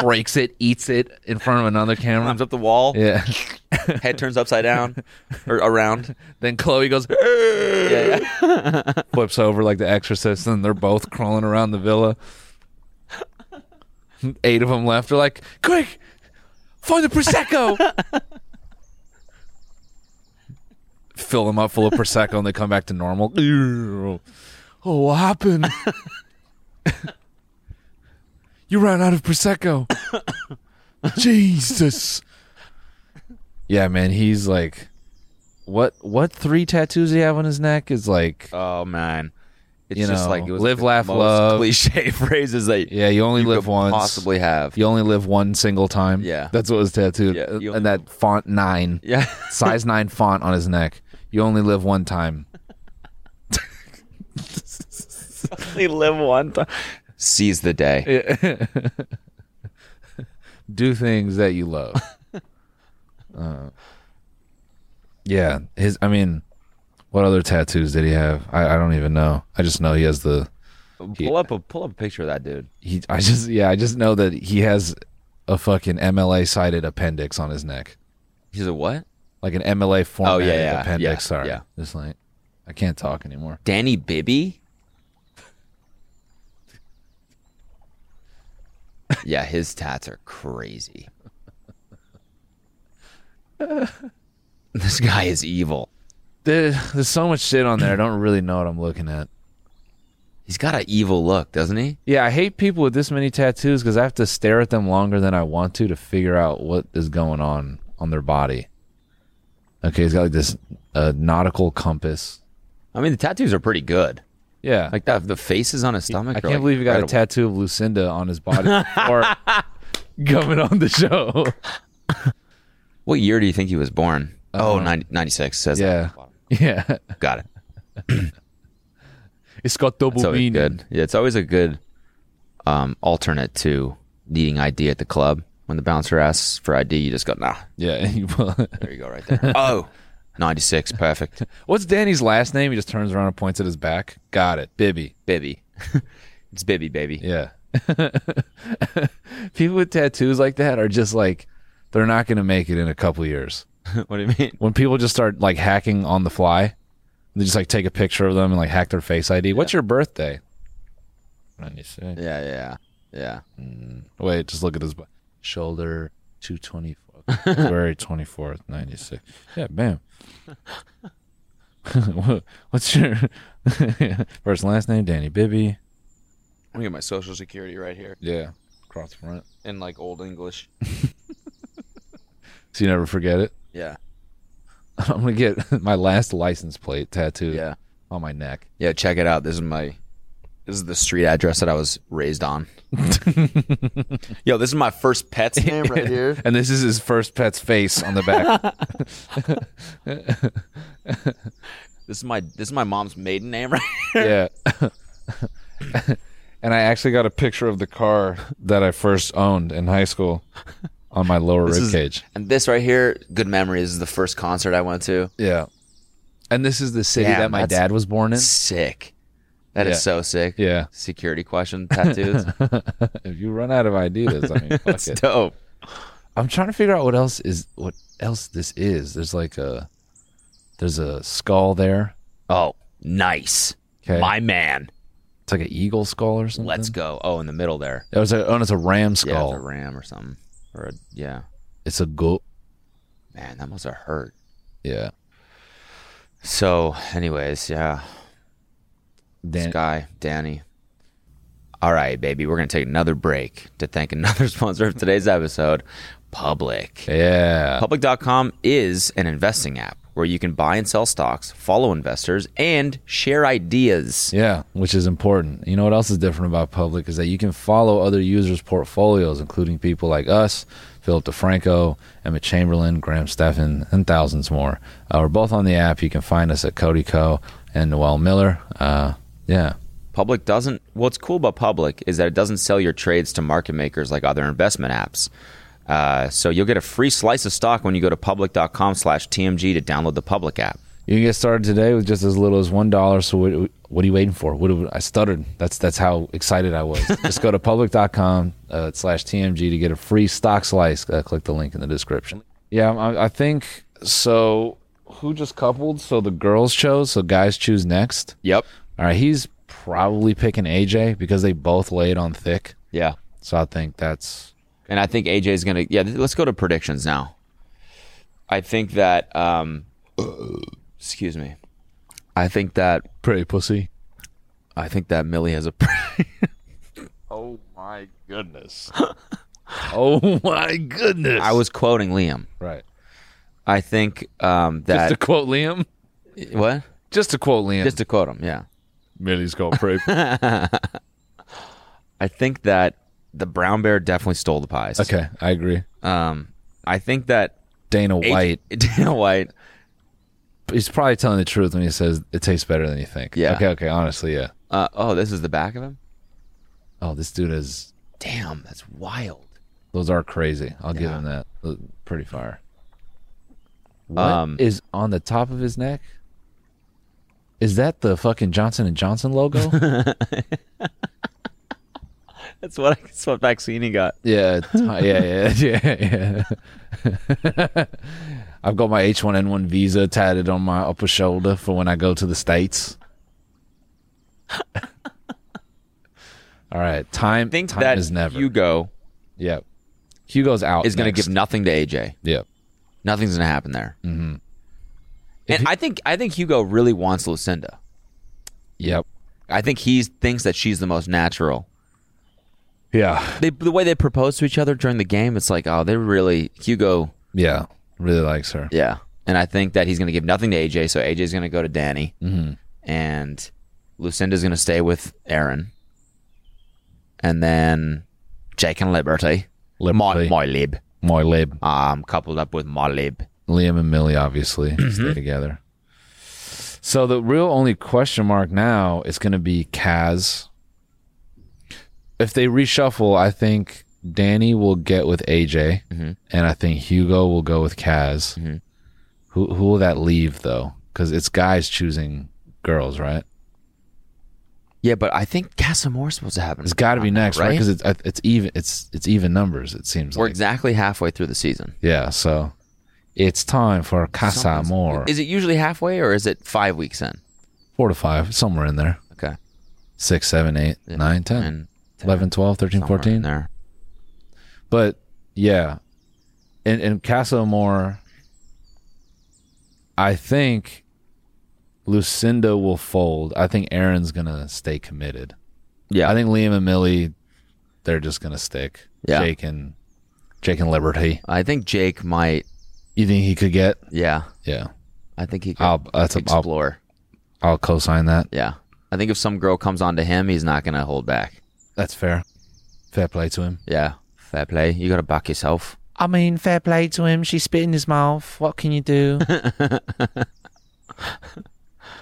Speaker 3: breaks it, eats it in front of another
Speaker 2: Climbs
Speaker 3: camera.
Speaker 2: up the wall.
Speaker 3: Yeah.
Speaker 2: Head turns upside down or around.
Speaker 3: Then Chloe goes,
Speaker 2: Yeah, yeah.
Speaker 3: flips over like the exorcist, and they're both crawling around the villa. Eight of them left. They're like, quick, find the Prosecco. Fill them up full of Prosecco, and they come back to normal. Oh, what happened? you ran out of Prosecco. Jesus. Yeah, man, he's like, what? What three tattoos he have on his neck is like
Speaker 2: Oh man. It's
Speaker 3: You
Speaker 2: just
Speaker 3: know,
Speaker 2: like it was
Speaker 3: live,
Speaker 2: like the most
Speaker 3: laugh, love.
Speaker 2: Cliche phrases that
Speaker 3: Yeah, you only
Speaker 2: you
Speaker 3: live
Speaker 2: could
Speaker 3: once.
Speaker 2: possibly have.
Speaker 3: You only live one single time.
Speaker 2: Yeah.
Speaker 3: That's what was tattooed.
Speaker 2: Yeah, you
Speaker 3: and that font nine,
Speaker 2: yeah.
Speaker 3: size nine font on his neck. You only live one time.
Speaker 6: They live one time.
Speaker 2: Seize the day.
Speaker 3: do things that you love. Uh, yeah, his. I mean, what other tattoos did he have? I, I don't even know. I just know he has the.
Speaker 2: Pull up a pull up a picture of that dude.
Speaker 3: He. I just. Yeah. I just know that he has a fucking MLA sided appendix on his neck,
Speaker 2: He's a what?
Speaker 3: like an MLA formatted
Speaker 2: yeah,
Speaker 3: appendix.
Speaker 2: yeah,
Speaker 3: sorry.
Speaker 2: yeah.
Speaker 3: Just like I can't talk anymore.
Speaker 2: Danny Bibby. yeah, his tats are crazy. this guy is evil.
Speaker 3: There, there's so much shit on there. I don't really know what I'm looking at.
Speaker 2: He's got an evil look, doesn't he?
Speaker 3: Yeah, I hate people with this many tattoos because I have to stare at them longer than I want to to figure out what is going on on their body. Okay, he's got like this uh, nautical compass.
Speaker 2: I mean, the tattoos are pretty good.
Speaker 3: Yeah,
Speaker 2: Like that, the faces on his stomach.
Speaker 3: I can't believe he got a tattoo of Lucinda on his body before coming on the show.
Speaker 2: What year do you think he was born? oh,
Speaker 3: Uh,
Speaker 2: 90, 96 says.
Speaker 3: yeah, yeah,
Speaker 2: that. got it.
Speaker 3: it's got double
Speaker 2: It's always
Speaker 3: meaning.
Speaker 2: good. Yeah, it's always a good um, alternate to needing ID at the club. When the bouncer asks for ID, you just go, nah.
Speaker 3: Yeah.
Speaker 2: There you go, right there. oh, 96, perfect.
Speaker 3: What's Danny's last name? He just turns around and points at his back. Got it, Bibby.
Speaker 2: Bibby. it's Bibby, baby.
Speaker 3: Yeah. People with tattoos like that are just like they're not going to make it in a couple years.
Speaker 2: what do you mean?
Speaker 3: when people just start like hacking on the fly, they just like take a picture of them and like hack their face ID. What's your birthday? 96.
Speaker 2: Yeah, yeah, yeah.
Speaker 3: Wait, just look at this. bu- Shoulder 224. February 24th, 96. Yeah, bam. What- What's your first and last name? Danny Bibby.
Speaker 2: Let me get my social security right here
Speaker 3: Yeah. Cross front.
Speaker 2: in like old English.
Speaker 3: So you never forget it.
Speaker 2: Yeah,
Speaker 3: I'm going to get my last license plate tattooed
Speaker 2: yeah.
Speaker 3: on my neck.
Speaker 2: Yeah, check it out. This is my this is the street address that I was raised on. Yo, this is my first pet's name right here.
Speaker 3: And this is his first pet's face on the back.
Speaker 2: This is my this is my mom's maiden name right here.
Speaker 3: yeah. and I actually got a picture of the car that I first owned in high school on my lower
Speaker 2: This
Speaker 3: rib
Speaker 2: is-
Speaker 3: cage.
Speaker 2: And this right here, good memory. This is the first concert I went to.
Speaker 3: Yeah. And this is the city
Speaker 2: Damn,
Speaker 3: that my
Speaker 2: that's-
Speaker 3: dad was born in.
Speaker 2: Sick. That is
Speaker 3: Yeah.
Speaker 2: so sick.
Speaker 3: Yeah.
Speaker 2: Security question tattoos.
Speaker 3: If you run out of ideas, I mean, fuck
Speaker 2: That's
Speaker 3: it.
Speaker 2: dope.
Speaker 3: I'm trying to figure out what else is what else this is. There's like a there's a skull there.
Speaker 2: Oh, nice.
Speaker 3: 'Kay.
Speaker 2: My man.
Speaker 3: It's like an eagle skull or something.
Speaker 2: Let's go. Oh, in the middle there.
Speaker 3: It was a, oh, no, it's a
Speaker 2: Yeah,
Speaker 3: ram
Speaker 2: it's
Speaker 3: Mm-hmm. skull.
Speaker 2: a ram or something. Or a, yeah.
Speaker 3: it's a goat.
Speaker 2: Man, that must have hurt.
Speaker 3: Yeah.
Speaker 2: So, anyways, yeah.
Speaker 3: Dan-
Speaker 2: Sky, Danny. All right, baby, we're going to take another break to thank another sponsor of today's episode, Public.
Speaker 3: yeah.
Speaker 2: Public.com is an investing app where you can buy and sell stocks, follow investors, and share ideas.
Speaker 3: Yeah, which is important. You know what else is different about Public is that you can follow other users' portfolios, including people like us, Philip DeFranco, Emma Chamberlain, Graham Steffen, and thousands more. Uh, we're both on the app. You can find us at Cody Co and Noel Miller. Uh, yeah,
Speaker 2: Public doesn't, what's cool about Public is that it doesn't sell your trades to market makers like other investment apps. Uh, so you'll get a free slice of stock when you go to public.com slash TMG to download the Public app.
Speaker 3: you can get started today with just as little as one dollar. So what, what are you waiting for? What do- I stuttered. That's that's how excited I was. just go to public.com uh, slash tmg to get a free stock slice. Uh, click the link in the description. Yeah, I, I think so. Who just coupled? So the girls chose. So guys choose next.
Speaker 2: Yep.
Speaker 3: All right, he's probably picking AJ because they both laid on thick.
Speaker 2: Yeah.
Speaker 3: So I think that's
Speaker 2: And I think AJ's going to, yeah, th- let's go to predictions now. I think that, um, excuse me. I think that
Speaker 3: pretty pussy.
Speaker 2: I think that Millie has a.
Speaker 3: Oh my goodness!
Speaker 2: I was quoting Liam.
Speaker 3: right.
Speaker 2: I think um,
Speaker 3: Just to
Speaker 2: that
Speaker 3: quote Liam.
Speaker 2: what?
Speaker 3: Just to quote Liam.
Speaker 2: Just to quote him, yeah.
Speaker 3: Millie's got proof.
Speaker 2: I think that the brown bear definitely stole the pies.
Speaker 3: okay, I agree.
Speaker 2: Um, I think that
Speaker 3: Dana
Speaker 2: Agent-
Speaker 3: White
Speaker 2: Dana White.
Speaker 3: he's probably telling the truth when he says it tastes better than you think.
Speaker 2: Yeah.
Speaker 3: Okay, okay, honestly, yeah.
Speaker 2: Uh, oh, this is the back of him.
Speaker 3: Oh, this dude is
Speaker 2: Damn, that's wild.
Speaker 3: those are crazy. I'll give
Speaker 2: Yeah.
Speaker 3: him that. Look, Pretty fire. What is
Speaker 2: Um,
Speaker 3: on the top of his neck? Is that the fucking Johnson and Johnson logo?
Speaker 2: That's what that's what vaccine he got.
Speaker 3: Yeah, t- yeah, yeah, yeah, yeah. I've got my H1N1 visa tatted on my upper shoulder for when I go to the States. All right, time,
Speaker 2: I think
Speaker 3: time
Speaker 2: that
Speaker 3: is never.
Speaker 2: Hugo
Speaker 3: yeah. Hugo's out.
Speaker 2: is going to
Speaker 3: next.
Speaker 2: give nothing to AJ.
Speaker 3: Yeah.
Speaker 2: Nothing's going to happen there. Mm-hmm. And I think I think Hugo really wants Lucinda.
Speaker 3: Yep.
Speaker 2: I think he thinks that she's the most natural.
Speaker 3: Yeah.
Speaker 2: They, the way they propose to each other during the game, it's like, oh, they really Hugo.
Speaker 3: Yeah. Really likes her.
Speaker 2: Yeah, and I think that he's going to give nothing to AJ, so AJ's going to go to Danny,
Speaker 3: Mm-hmm.
Speaker 2: and Lucinda's going to stay with Aaron, and then Jake and Liberty, My,
Speaker 3: Liberty.
Speaker 2: my lib,
Speaker 3: My lib.
Speaker 2: um, coupled up with my lib.
Speaker 3: Liam and Millie obviously
Speaker 2: Mm-hmm.
Speaker 3: stay together. So the real only question mark now is going to be Kaz. If they reshuffle, I think Danny will get with AJ,
Speaker 2: Mm-hmm.
Speaker 3: and I think Hugo will go with Kaz. Who who will that leave though? Because it's guys choosing girls, right?
Speaker 2: Yeah, but I think Casamore's supposed to happen.
Speaker 3: It's got to be next, right?
Speaker 2: right?
Speaker 3: Because it's it's even it's it's even numbers. It seems
Speaker 2: We're
Speaker 3: like
Speaker 2: exactly halfway through the season.
Speaker 3: yeah. So it's time for Casa
Speaker 2: Something's-
Speaker 3: Amor.
Speaker 2: Is it usually halfway or is it five weeks in?
Speaker 3: Four to five, somewhere in there.
Speaker 2: Okay.
Speaker 3: six, seven, eight, nine, ten,
Speaker 2: And
Speaker 3: 11, 12, 13,
Speaker 2: somewhere in
Speaker 3: 14.
Speaker 2: there.
Speaker 3: But yeah, and and Casa Amor, I think Lucinda will fold. I think Aaron's gonna stay committed.
Speaker 2: Yeah.
Speaker 3: I think Liam and Millie, they're just gonna stick.
Speaker 2: Yeah.
Speaker 3: Jake and Jake and Liberty.
Speaker 2: I think Jake might.
Speaker 3: You think he could get?
Speaker 2: Yeah.
Speaker 3: Yeah,
Speaker 2: I think he could
Speaker 3: I'll Oh, that's a, I'll,
Speaker 2: explore.
Speaker 3: I'll co-sign that.
Speaker 2: Yeah. I think if some girl comes onto him, he's not going to hold back.
Speaker 3: That's fair. Fair play to him.
Speaker 2: Yeah. Fair play. You got to back yourself.
Speaker 6: I mean, fair play to him. She spit in his mouth. What can you do?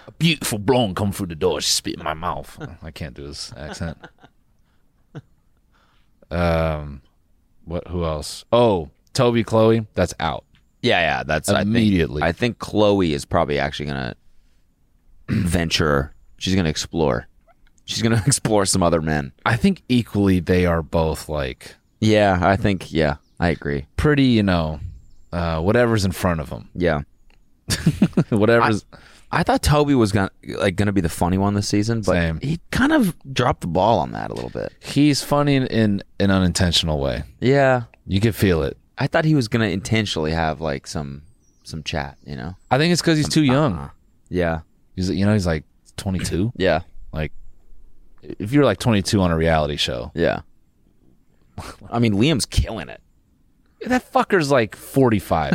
Speaker 3: A beautiful blonde come through the door. She spit in my mouth. I can't do his accent. Um, what? Who else? Oh, Toby, Chloe. That's out.
Speaker 2: Yeah, yeah. That's I think-
Speaker 3: Immediately.
Speaker 2: I think, Chloe is probably actually going to venture. She's going to explore. She's going to explore some other men.
Speaker 3: I think equally they are both like
Speaker 2: Yeah, I think. Yeah, I agree.
Speaker 3: pretty. You know, uh, whatever's in front of them.
Speaker 2: Yeah.
Speaker 3: whatever's.
Speaker 2: I thought Toby was gonna like gonna be the funny one this season, but
Speaker 3: Same.
Speaker 2: he kind of dropped the ball on that a little bit.
Speaker 3: he's funny in, in an unintentional way.
Speaker 2: Yeah,
Speaker 3: You can feel it.
Speaker 2: I thought he was gonna intentionally have like some some chat, you know?
Speaker 3: I think it's because he's too young.
Speaker 2: Yeah,
Speaker 3: He's you know he's like 22.
Speaker 2: yeah,
Speaker 3: Like if you're like 22 on a reality show,
Speaker 2: yeah. I mean, Liam's killing it.
Speaker 3: That fucker's like 45.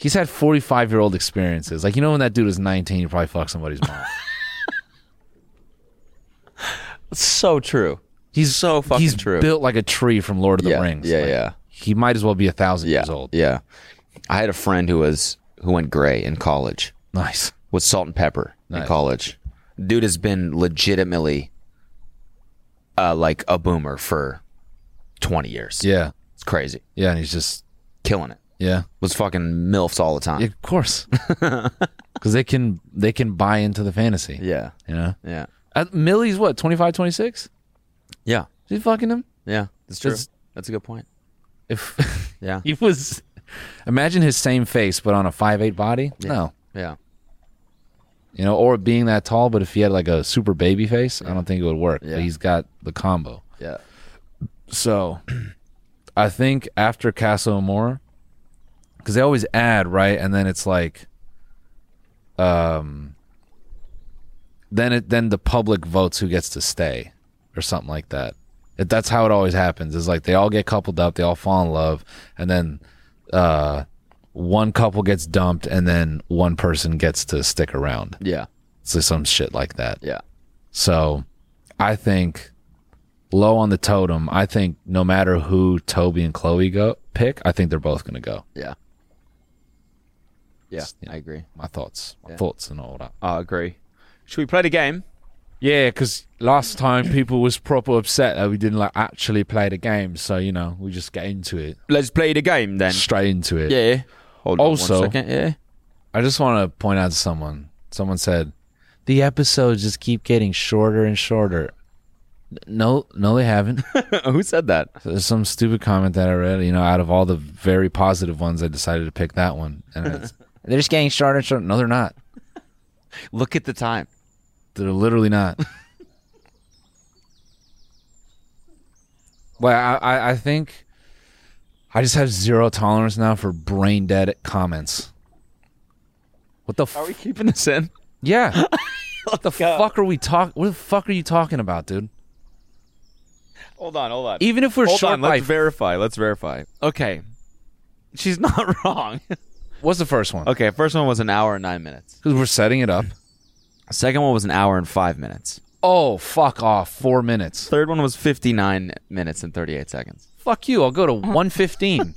Speaker 3: He's had 45 year old experiences. Like, you know, when that dude was 19, you probably fucked somebody's mom.
Speaker 2: It's so true.
Speaker 3: He's
Speaker 2: So fucking
Speaker 3: he's
Speaker 2: true.
Speaker 3: built like a tree from Lord of the
Speaker 2: Yeah,
Speaker 3: Rings.
Speaker 2: yeah,
Speaker 3: Like,
Speaker 2: yeah.
Speaker 3: He might as well be a thousand
Speaker 2: Yeah,
Speaker 3: years old.
Speaker 2: yeah. I had a friend who was who went gray in college
Speaker 3: Nice.
Speaker 2: with salt and pepper in
Speaker 3: Nice.
Speaker 2: college. Dude has been legitimately uh, like a boomer for twenty years.
Speaker 3: Yeah.
Speaker 2: it's crazy,
Speaker 3: Yeah. And he's just,
Speaker 2: killing it.
Speaker 3: yeah.
Speaker 2: was fucking milfs all the time.
Speaker 3: Yeah, of course. Because they can, they can buy into the fantasy.
Speaker 2: yeah,
Speaker 3: You know?
Speaker 2: yeah,
Speaker 3: Uh, Millie's what, 25, 26?
Speaker 2: yeah,
Speaker 3: Is he fucking him?
Speaker 2: yeah. That's true.
Speaker 3: That's-
Speaker 2: That's, a good point.
Speaker 3: If
Speaker 2: Yeah,
Speaker 3: he was, imagine his same face, but on a five eight body. No.
Speaker 2: yeah.
Speaker 3: you know, or being that tall. But if he had like a super baby face, I don't think it would work.
Speaker 2: Yeah.
Speaker 3: But he's got the combo.
Speaker 2: Yeah.
Speaker 3: So I think after Castle Moore, because they always add right, and then it's like, um, then it then the public votes who gets to stay or something like that. It, that's how it always happens. Is like they all get coupled up, they all fall in love, and then uh, one couple gets dumped, and then one person gets to stick around.
Speaker 2: Yeah.
Speaker 3: So some shit like that.
Speaker 8: Yeah.
Speaker 3: So I think low on the totem, I think no matter who Toby and Chloe go pick, I think they're both gonna go.
Speaker 8: Yeah. Yeah,
Speaker 3: Yeah.
Speaker 8: I agree.
Speaker 3: My thoughts. My thoughts and all that.
Speaker 2: I agree. Should we play the game?
Speaker 3: Yeah, because last time people was proper upset that we didn't like actually play the game, so you know, we just get into it.
Speaker 2: Let's play the game then.
Speaker 3: Straight into it.
Speaker 2: Yeah. Hold
Speaker 3: Also-
Speaker 2: on one second. Yeah.
Speaker 3: I just want to point out to someone. Someone said the episodes just keep getting shorter and shorter. No, no, they haven't.
Speaker 2: Who said that?
Speaker 3: There's some stupid comment that I read. You know, out of all the very positive ones, I decided to pick that one. And it's, they're just getting shorter and shorter. No, they're not.
Speaker 2: Look at the time.
Speaker 3: They're literally not. like I, I, I think I just have zero tolerance now for brain dead comments. What the f-
Speaker 2: Are Oh we keeping this in?
Speaker 3: yeah? what the fuck are we talking? What the fuck are you talking about, dude?
Speaker 2: Hold on, hold on.
Speaker 3: Even if we're
Speaker 2: hold
Speaker 3: short
Speaker 2: on, let's
Speaker 3: by,
Speaker 2: verify. Let's verify. Okay. She's not wrong.
Speaker 3: what's the first one?
Speaker 2: okay, first one was an hour and nine minutes.
Speaker 3: Because we're setting it up.
Speaker 2: Second one was an hour and five minutes.
Speaker 3: Oh fuck off! Four minutes.
Speaker 2: Third one was fifty nine minutes and thirty eight seconds.
Speaker 3: Fuck you! I'll go to one fifteen.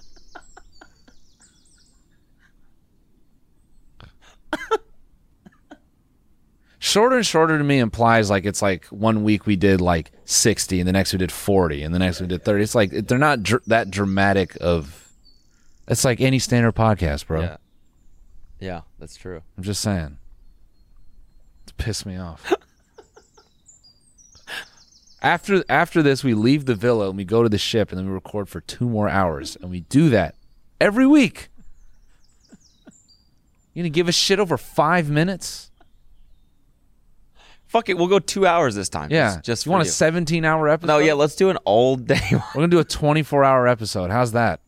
Speaker 3: shorter and shorter to me implies like it's like one week we did like 60 and the next we did 40 and the next we did 30 it's like they're not dr- that dramatic of it's like any standard podcast bro
Speaker 2: Yeah. Yeah, that's true.
Speaker 3: i'm just saying it's pissed me off after after this we leave the villa and we go to the ship and then we record for two more hours and we do that every week you gonna give a shit over five minutes
Speaker 2: Fuck it, we'll go two hours this time.
Speaker 3: Yeah.
Speaker 2: just, just
Speaker 3: you want
Speaker 2: for
Speaker 3: a 17 hour episode?
Speaker 2: No, yeah, let's do an all day.
Speaker 3: We're going to do a 24 hour episode. How's that?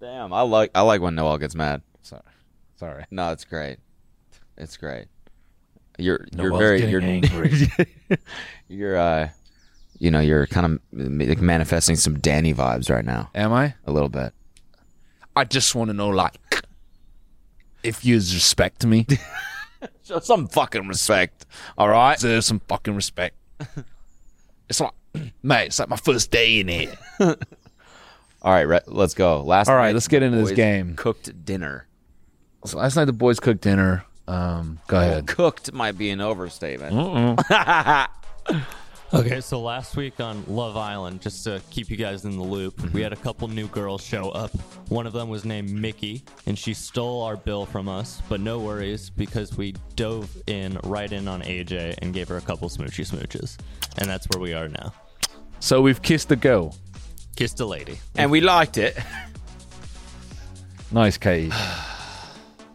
Speaker 2: Damn, I like I like when Noel gets mad.
Speaker 3: Sorry. Sorry.
Speaker 2: No, it's great. It's great. You're you're
Speaker 3: Noel's
Speaker 2: very
Speaker 3: getting
Speaker 2: you're
Speaker 3: angry.
Speaker 2: you're uh you know, you're kind of like manifesting some Danny vibes right now
Speaker 3: Am I?
Speaker 2: a little bit.
Speaker 3: I just want to know, like, if you respect me,
Speaker 2: So some fucking respect. All right.
Speaker 3: deserve some fucking respect. It's like, mate, it's like my first day in here.
Speaker 2: All right, re- let's go. Last
Speaker 3: All right,
Speaker 2: night,
Speaker 3: let's get into this
Speaker 2: boys
Speaker 3: game.
Speaker 2: Cooked dinner.
Speaker 3: So last night the boys cooked dinner. Um, go ahead. Mm-hmm.
Speaker 2: Cooked might be an overstatement.
Speaker 9: Okay, so last week on Love Island, just to keep you guys in the loop, we had a couple new girls show up. One of them was named Mickey, and she stole our bill from us, but no worries because we dove in right in on AJ and gave her a couple smoochy smooches. And that's where we are now.
Speaker 3: So we've kissed the girl.
Speaker 9: Kissed a lady.
Speaker 2: And we liked it.
Speaker 3: Nice, Katie.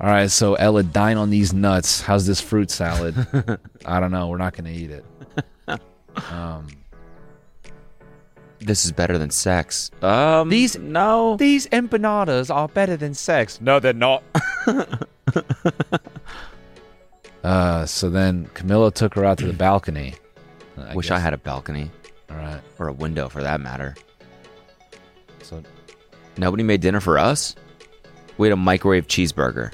Speaker 3: All right, so Ella, dine on these nuts. How's this fruit salad? I don't know. We're not going to eat it.
Speaker 2: This is better than sex. Um
Speaker 3: These-
Speaker 2: no.
Speaker 3: These empanadas are better than sex. No, they're not. uh, so then Camilo took her out to the balcony. Uh, I
Speaker 2: Wish I had a balcony
Speaker 3: All right.
Speaker 2: or a window for that matter.
Speaker 3: So
Speaker 2: Nobody made dinner for us? We had a microwave cheeseburger.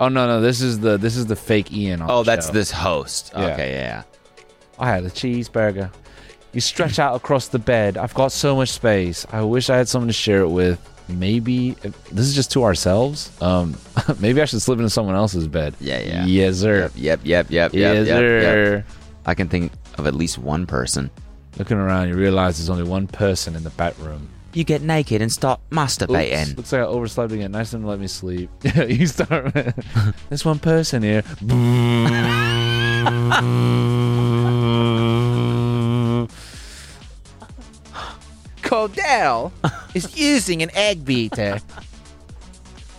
Speaker 3: Oh no, no, this is the this is the fake Ian on
Speaker 2: Oh,
Speaker 3: the
Speaker 2: that's
Speaker 3: show.
Speaker 2: this host.
Speaker 3: Yeah.
Speaker 2: Okay, yeah.
Speaker 3: I had a cheeseburger. You stretch out across the bed. I've got so much space. I wish I had someone to share it with. Maybe uh, this is just to ourselves. Um, maybe I should slip into someone else's bed.
Speaker 2: Yeah, yeah.
Speaker 3: Yes, sir.
Speaker 2: Yep, yep, yep, yep,
Speaker 3: yes,
Speaker 2: yep, yep, yep.
Speaker 3: sir.
Speaker 2: I can think of at least one person.
Speaker 3: Looking around, you realize there's only one person in the back room.
Speaker 6: You get naked and start masturbating.
Speaker 3: Oops, looks like I overslept again. Nice of them to let me sleep. you start. There's one person here. Codell is using an egg beater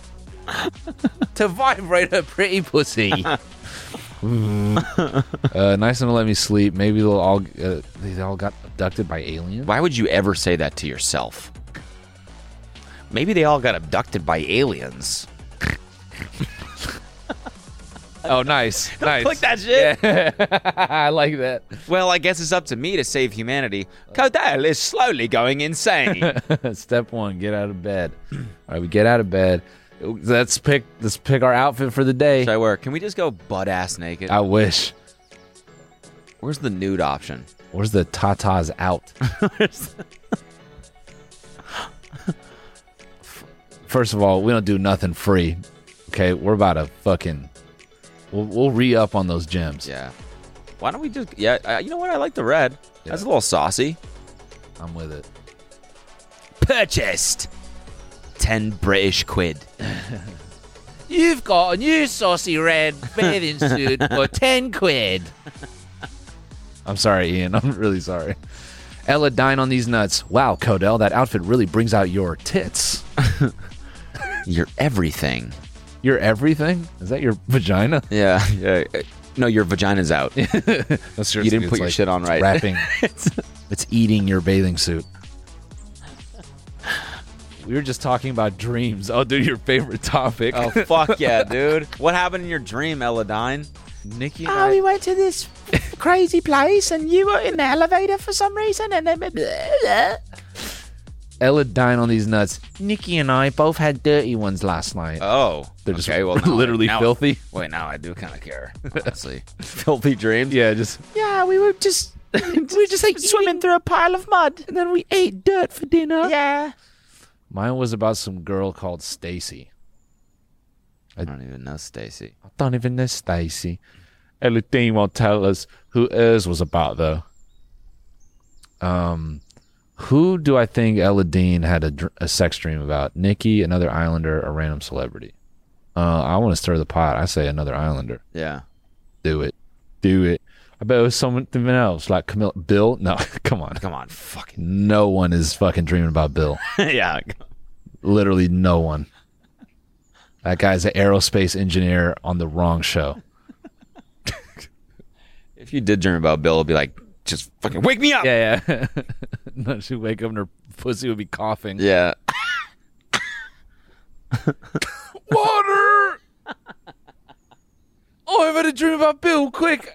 Speaker 3: to vibrate her pretty pussy. uh, nice of them to let me sleep. Maybe they'll all uh, they all got abducted by aliens.
Speaker 2: Why would you ever say that to yourself? Maybe they all got abducted by aliens.
Speaker 3: Oh, nice, nice.
Speaker 2: that shit.
Speaker 3: I like that.
Speaker 2: Well, I guess it's up to me to save humanity. Codell is slowly going insane.
Speaker 3: Step one, get out of bed. All right, we get out of bed. Let's pick. Let's pick our outfit for the day.
Speaker 2: Should I wear? Can we just go butt ass naked?
Speaker 3: I wish.
Speaker 2: Where's the nude option?
Speaker 3: Where's the tatas out? First of all, we don't do nothing free. Okay, we're about to fucking. We'll, we'll re up on those gems.
Speaker 2: Yeah. Why don't we just? Yeah. Uh, you know what? I like the red. That's a little saucy.
Speaker 3: I'm with it.
Speaker 2: Purchased. Ten British quid.
Speaker 8: You've got a new saucy red bathing suit for 10 quid.
Speaker 3: I'm sorry, Ian. I'm really sorry. Ella dine on these nuts. Wow, Codell, that outfit really brings out your tits.
Speaker 2: Your everything.
Speaker 3: Your everything? Is that your vagina?
Speaker 2: Yeah. Yeah. uh, No, your vagina's out.
Speaker 3: That's
Speaker 2: You didn't put your shit on right.
Speaker 3: Wrapping. it's eating your bathing suit. We were just talking about dreams. Oh, dude, your favorite topic.
Speaker 2: oh fuck yeah, dude! What happened in your dream, Eladine?
Speaker 3: Nikki.
Speaker 6: Oh, we went to this crazy place and you were in the elevator for some reason and then.
Speaker 3: Ella dine on these nuts. Nikki and I both had dirty ones last night.
Speaker 2: Oh,
Speaker 3: They're just
Speaker 2: okay. Well, now-
Speaker 3: literally
Speaker 2: now-
Speaker 3: filthy.
Speaker 2: Wait, now I do kind of care. Honestly, filthy dreams.
Speaker 3: Yeah, just
Speaker 6: Yeah, we were just. we were just like swimming through a pile of mud. And then we ate dirt for dinner. Yeah.
Speaker 3: mine was about some girl called Stacy.
Speaker 2: I don't even know Stacy.
Speaker 3: I don't even know Stacy. Everything won't tell us who hers was about though. Um, who do I think Ella Dean had a, dr- a sex dream about? Nikki, another Islander, a random celebrity. Uh, I want to stir the pot. I say another Islander.
Speaker 2: Yeah.
Speaker 3: Do it, do it. I bet it was someone else, like Camille, Bill. No, come on,
Speaker 2: Come on, fucking
Speaker 3: no one is fucking dreaming about Bill.
Speaker 2: yeah.
Speaker 3: Literally, no one. That guy's an aerospace engineer on the wrong show.
Speaker 2: If you did dream about Bill, it'd be like, just fucking wake me up.
Speaker 3: Yeah, yeah. no, she'd wake up and her pussy would be coughing.
Speaker 2: Yeah.
Speaker 3: Water! oh, I've had a dream about Bill. Quick,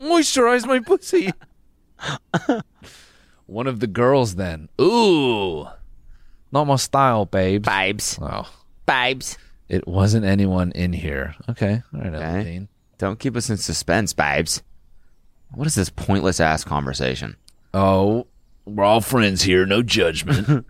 Speaker 3: moisturize my pussy. One of the girls then. Ooh. Not my style, babe.
Speaker 8: Babes.
Speaker 3: Oh,
Speaker 8: Babes.
Speaker 3: it wasn't anyone in here. Okay. All right, Ella
Speaker 2: Okay.
Speaker 3: Dean.
Speaker 2: Don't keep us in suspense, babes. What is this pointless ass conversation?
Speaker 3: Oh, we're all friends here. No judgment.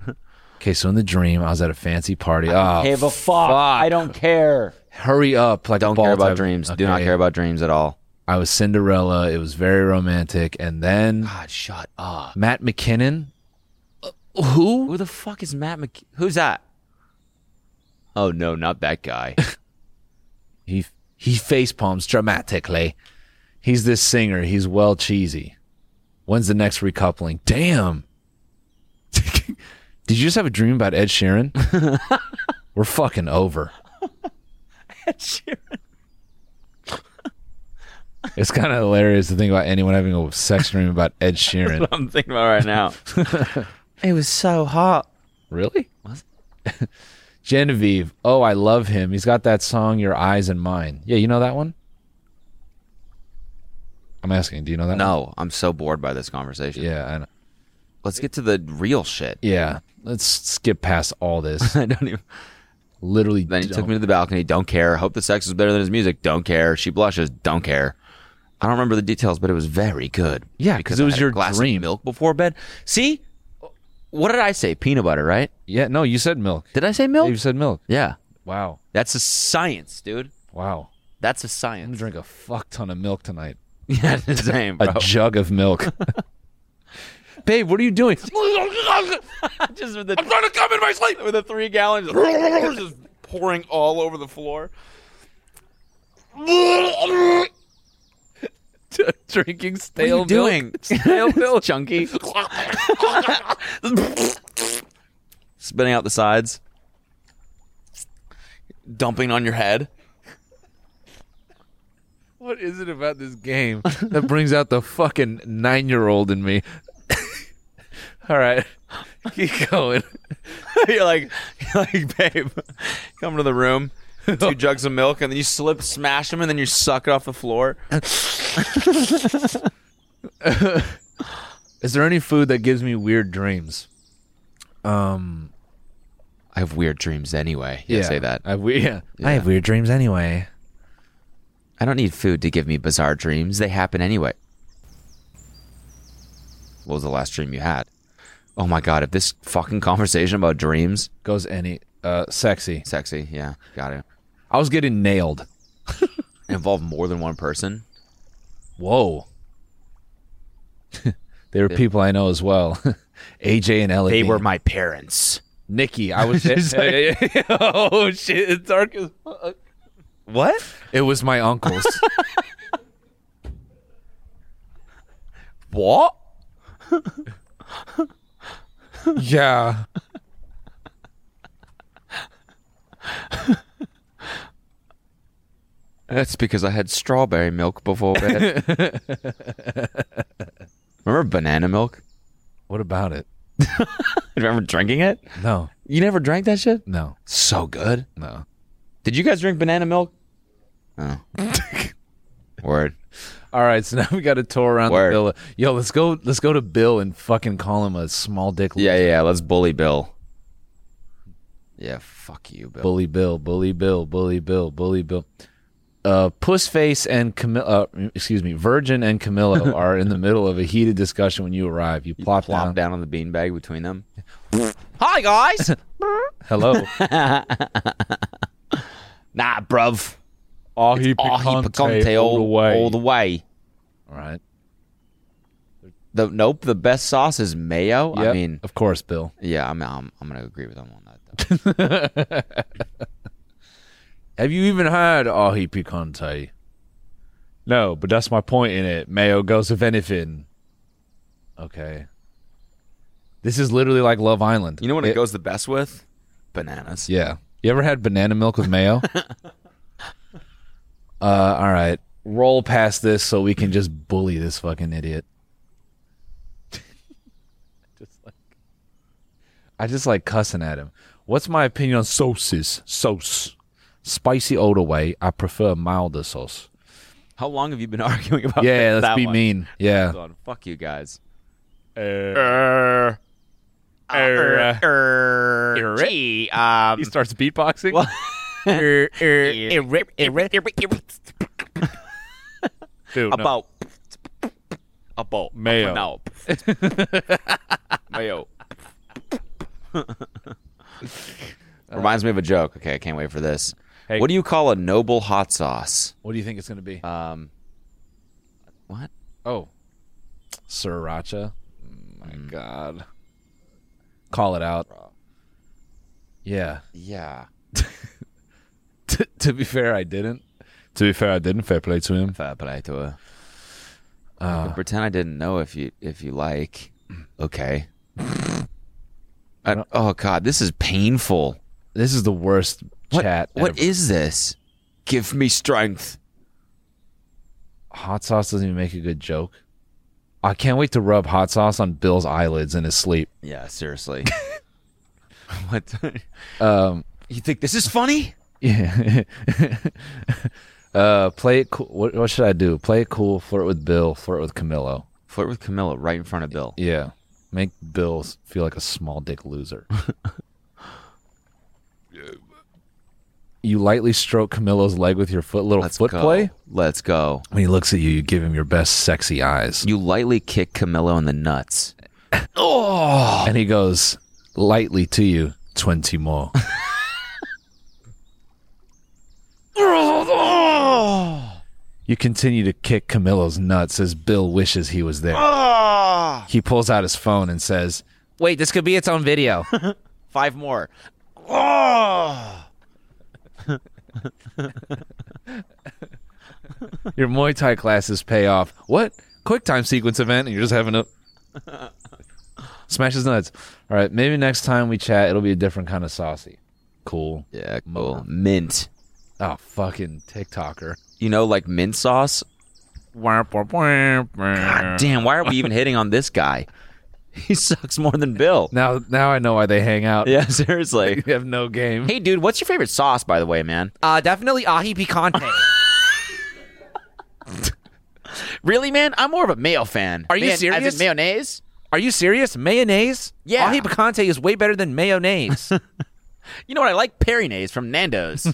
Speaker 3: okay, so in the dream, I was at a fancy party. oh,
Speaker 6: a fuck. I don't care.
Speaker 3: hurry up! Like a
Speaker 2: Don't
Speaker 3: ball
Speaker 2: care about
Speaker 3: type-
Speaker 2: dreams. Do not
Speaker 3: Okay.
Speaker 2: care about dreams at all.
Speaker 3: I was Cinderella. It was very romantic. And then
Speaker 2: God, shut up.
Speaker 3: Matt McKinnon. Uh, who?
Speaker 2: Who the fuck is Matt Mc? Who's that? Oh no, not that guy.
Speaker 3: He he face palms dramatically. He's this singer. He's well cheesy. When's the next recoupling? Damn. Did you just have a dream about Ed Sheeran? We're fucking over. Ed Sheeran. it's kind of hilarious to think about anyone having a sex dream about Ed Sheeran.
Speaker 2: I'm thinking about right now.
Speaker 6: It was so hot.
Speaker 3: Really? Genevieve. Oh, I love him. He's got that song, Your Eyes and Mine. Yeah, you know that one? I'm asking, do you know that one?
Speaker 2: No, I'm so bored by this conversation.
Speaker 3: Yeah, I know.
Speaker 2: Let's get to the real shit.
Speaker 3: Yeah. Let's skip past all this.
Speaker 2: I don't even.
Speaker 3: Literally.
Speaker 2: Then he took
Speaker 3: don't-
Speaker 2: me to the balcony. Don't care. Hope the sex is better than his music. Don't care. She blushes. Don't care. I don't remember the details, but it was very good.
Speaker 3: Yeah, 'cause it
Speaker 2: I
Speaker 3: was
Speaker 2: had a
Speaker 3: your
Speaker 2: glass of
Speaker 3: dream.
Speaker 2: milk before bed. See, what did I say? Peanut butter, right?
Speaker 3: Yeah, no, you said milk.
Speaker 2: Did I say
Speaker 3: Yeah,
Speaker 2: milk?
Speaker 3: You said milk.
Speaker 2: yeah,
Speaker 3: Wow.
Speaker 2: that's a science, dude.
Speaker 3: Wow.
Speaker 2: That's a
Speaker 3: I'm going to
Speaker 2: science.
Speaker 3: drink a fuck ton of milk tonight.
Speaker 2: Yeah, same,
Speaker 3: A
Speaker 2: bro.
Speaker 3: jug of milk. Babe, what are you doing?
Speaker 2: Just with the, I'm trying to come in my sleep with the three gallons just pouring all over the floor.
Speaker 3: Drinking
Speaker 2: What
Speaker 3: stale
Speaker 2: are you doing? Stale milk, chunky. Spinning out the sides, dumping on your head.
Speaker 3: What is it about this game that brings out the fucking nine year old in me? All right. Keep going.
Speaker 2: you're like, you're like, babe, come to the room. Two jugs of milk, and then you slip, smash them, and then you suck it off the floor.
Speaker 3: Is there any food that gives me weird dreams?
Speaker 2: I have weird dreams anyway. Yeah, say that.
Speaker 3: I, we, yeah.
Speaker 2: I have
Speaker 3: weird dreams anyway.
Speaker 2: I don't need food to give me bizarre dreams. They happen anyway. What was the last dream you had? Oh my god, if this fucking conversation about dreams,
Speaker 3: Goes any uh sexy.
Speaker 2: sexy, yeah, got it.
Speaker 3: I was getting nailed.
Speaker 2: Involve more than one person.
Speaker 3: Whoa. there were people I know as well. AJ and Ellie.
Speaker 2: They
Speaker 3: Dean.
Speaker 2: were my parents.
Speaker 3: Nikki. I was Oh shit, it's dark as fuck.
Speaker 2: What?
Speaker 3: It was my uncle's.
Speaker 2: What?
Speaker 3: yeah.
Speaker 2: That's because I had strawberry milk before bed. Remember banana milk?
Speaker 3: What about it?
Speaker 2: Remember drinking it?
Speaker 3: No.
Speaker 2: You never drank that shit?
Speaker 3: No.
Speaker 2: So good.
Speaker 3: No.
Speaker 2: Did you guys drink banana milk? Oh. Word.
Speaker 3: All right, so now we got to tour around
Speaker 2: Word.
Speaker 3: the villa. Yo, let's go. Let's go to Bill and fucking call him a small dick.
Speaker 2: Yeah, yeah, yeah, let's bully Bill. Yeah, fuck you, Bill.
Speaker 3: bully Bill, bully Bill, bully Bill, bully Bill. Uh, Pussface and Camilla, uh, excuse me, Virgin and Camilla are in the middle of a heated discussion when you arrive. You plop,
Speaker 2: Plop
Speaker 3: down.
Speaker 2: down on the beanbag between them.
Speaker 6: Hi guys.
Speaker 3: Hello.
Speaker 2: Nah, bruv.
Speaker 3: Ahi
Speaker 2: Oh, he picante all, all the way.
Speaker 3: All right.
Speaker 2: The nope, the best sauce is mayo. I
Speaker 3: Yep.
Speaker 2: mean,
Speaker 3: of course, Bill.
Speaker 2: yeah, I'm, I'm I'm gonna agree with him on that. Though.
Speaker 3: Have you even heard ahi picante? No, but that's my point in it. Mayo goes with anything. Okay. This is literally like Love Island.
Speaker 2: You know what it, goes the best with? Bananas.
Speaker 3: Yeah. You ever had banana milk with mayo? uh, all right. Roll past this so we can just bully this fucking idiot. just like I just like cussing at him. What's my opinion on sauces? Sauce. Spicy older way. I prefer milder sauce.
Speaker 2: How long have you been arguing about?
Speaker 3: Yeah,
Speaker 2: that,
Speaker 3: let's
Speaker 2: that
Speaker 3: be
Speaker 2: one?
Speaker 3: mean. Yeah.
Speaker 2: Hold on, Fuck you guys.
Speaker 3: Er,
Speaker 2: Er, Gee, um, er,
Speaker 3: starts beatboxing. er, Dude,
Speaker 2: about about
Speaker 3: Mayo.
Speaker 2: No. Mayo. Reminds me of a joke. Okay, I can't wait for this.
Speaker 3: Hey.
Speaker 2: What do you call a noble hot sauce?
Speaker 3: What do you think it's gonna be?
Speaker 2: Um, what?
Speaker 3: Oh. Sriracha. My God. Call it out. Yeah.
Speaker 2: Yeah.
Speaker 3: T- to be fair, I didn't. To be fair, I didn't. Fair play to him.
Speaker 2: Fair play to her.
Speaker 3: Uh.
Speaker 2: pretend I didn't know if you if you like. Okay. I- oh God, this is painful.
Speaker 3: This is the worst
Speaker 2: What,
Speaker 3: chat.
Speaker 2: what
Speaker 3: ever.
Speaker 2: is this? Give me strength.
Speaker 3: hot sauce doesn't even make a good joke. I can't wait to rub hot sauce on Bill's eyelids in his sleep.
Speaker 2: Yeah, seriously. what?
Speaker 3: Um,
Speaker 2: You think this is funny?
Speaker 3: yeah. uh, play it cool. What, what should I do? Play it cool. Flirt with Bill. Flirt with Camilo.
Speaker 2: Flirt with Camilla right in front of Bill.
Speaker 3: Yeah. Make Bill s- feel like a small dick loser. you lightly stroke Camilo's leg with your foot, little
Speaker 2: Let's
Speaker 3: foot
Speaker 2: go.
Speaker 3: play.
Speaker 2: Let's go.
Speaker 3: When he looks at you, you give him your best sexy eyes.
Speaker 2: You lightly kick Camilla in the nuts. Oh.
Speaker 3: And he goes lightly to you, 20 more. you continue to kick Camilo's nuts as Bill wishes he was there.
Speaker 2: Ah.
Speaker 3: He pulls out his phone and says, Wait, this could be its own video.
Speaker 2: Five more.
Speaker 3: your Muay Thai classes pay off. What? Quick time sequence event, and you're just having a smash his nuts. All right, maybe next time we chat, it'll be a different kind of saucy. Cool.
Speaker 2: Yeah, cool. Mint.
Speaker 3: Oh, fucking TikToker.
Speaker 2: You know, like mint sauce. God damn, why are we even hitting on this guy? He sucks more than Bill.
Speaker 3: Now, now I know why they hang out.
Speaker 2: Yeah, seriously.
Speaker 3: You have no game.
Speaker 2: Hey, dude, what's your favorite sauce, by the way, man?
Speaker 6: Uh definitely ahi picante.
Speaker 2: Really, man? I'm more of a mayo fan.
Speaker 6: Are you
Speaker 2: Man, as in
Speaker 6: serious?
Speaker 2: mayonnaise?
Speaker 6: Are you serious? Mayonnaise?
Speaker 2: Yeah.
Speaker 6: Ahi picante is way better than mayonnaise.
Speaker 2: You know what? I like Perinaise from Nando's.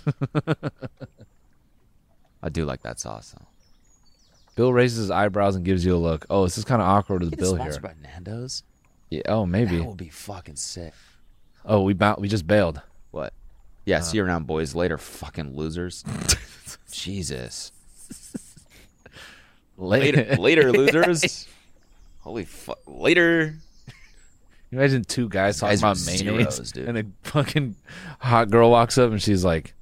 Speaker 2: I do like that sauce. Though.
Speaker 3: Bill raises his eyebrows and gives you a look. Oh, this is kind of awkward with
Speaker 2: Get it
Speaker 3: Bill here.
Speaker 2: sponsored by Nando's.
Speaker 3: Yeah, oh, maybe.
Speaker 2: That would be fucking sick.
Speaker 3: Oh, we bou- we just bailed.
Speaker 2: What? Yeah, see you around, boys. Later, fucking losers. Jesus. Later, later, losers. Holy fuck. Later.
Speaker 3: Can you Imagine two guys talking
Speaker 2: Guys are
Speaker 3: about mayonnaise,
Speaker 2: zeros, dude.
Speaker 3: and a fucking hot girl walks up and she's like,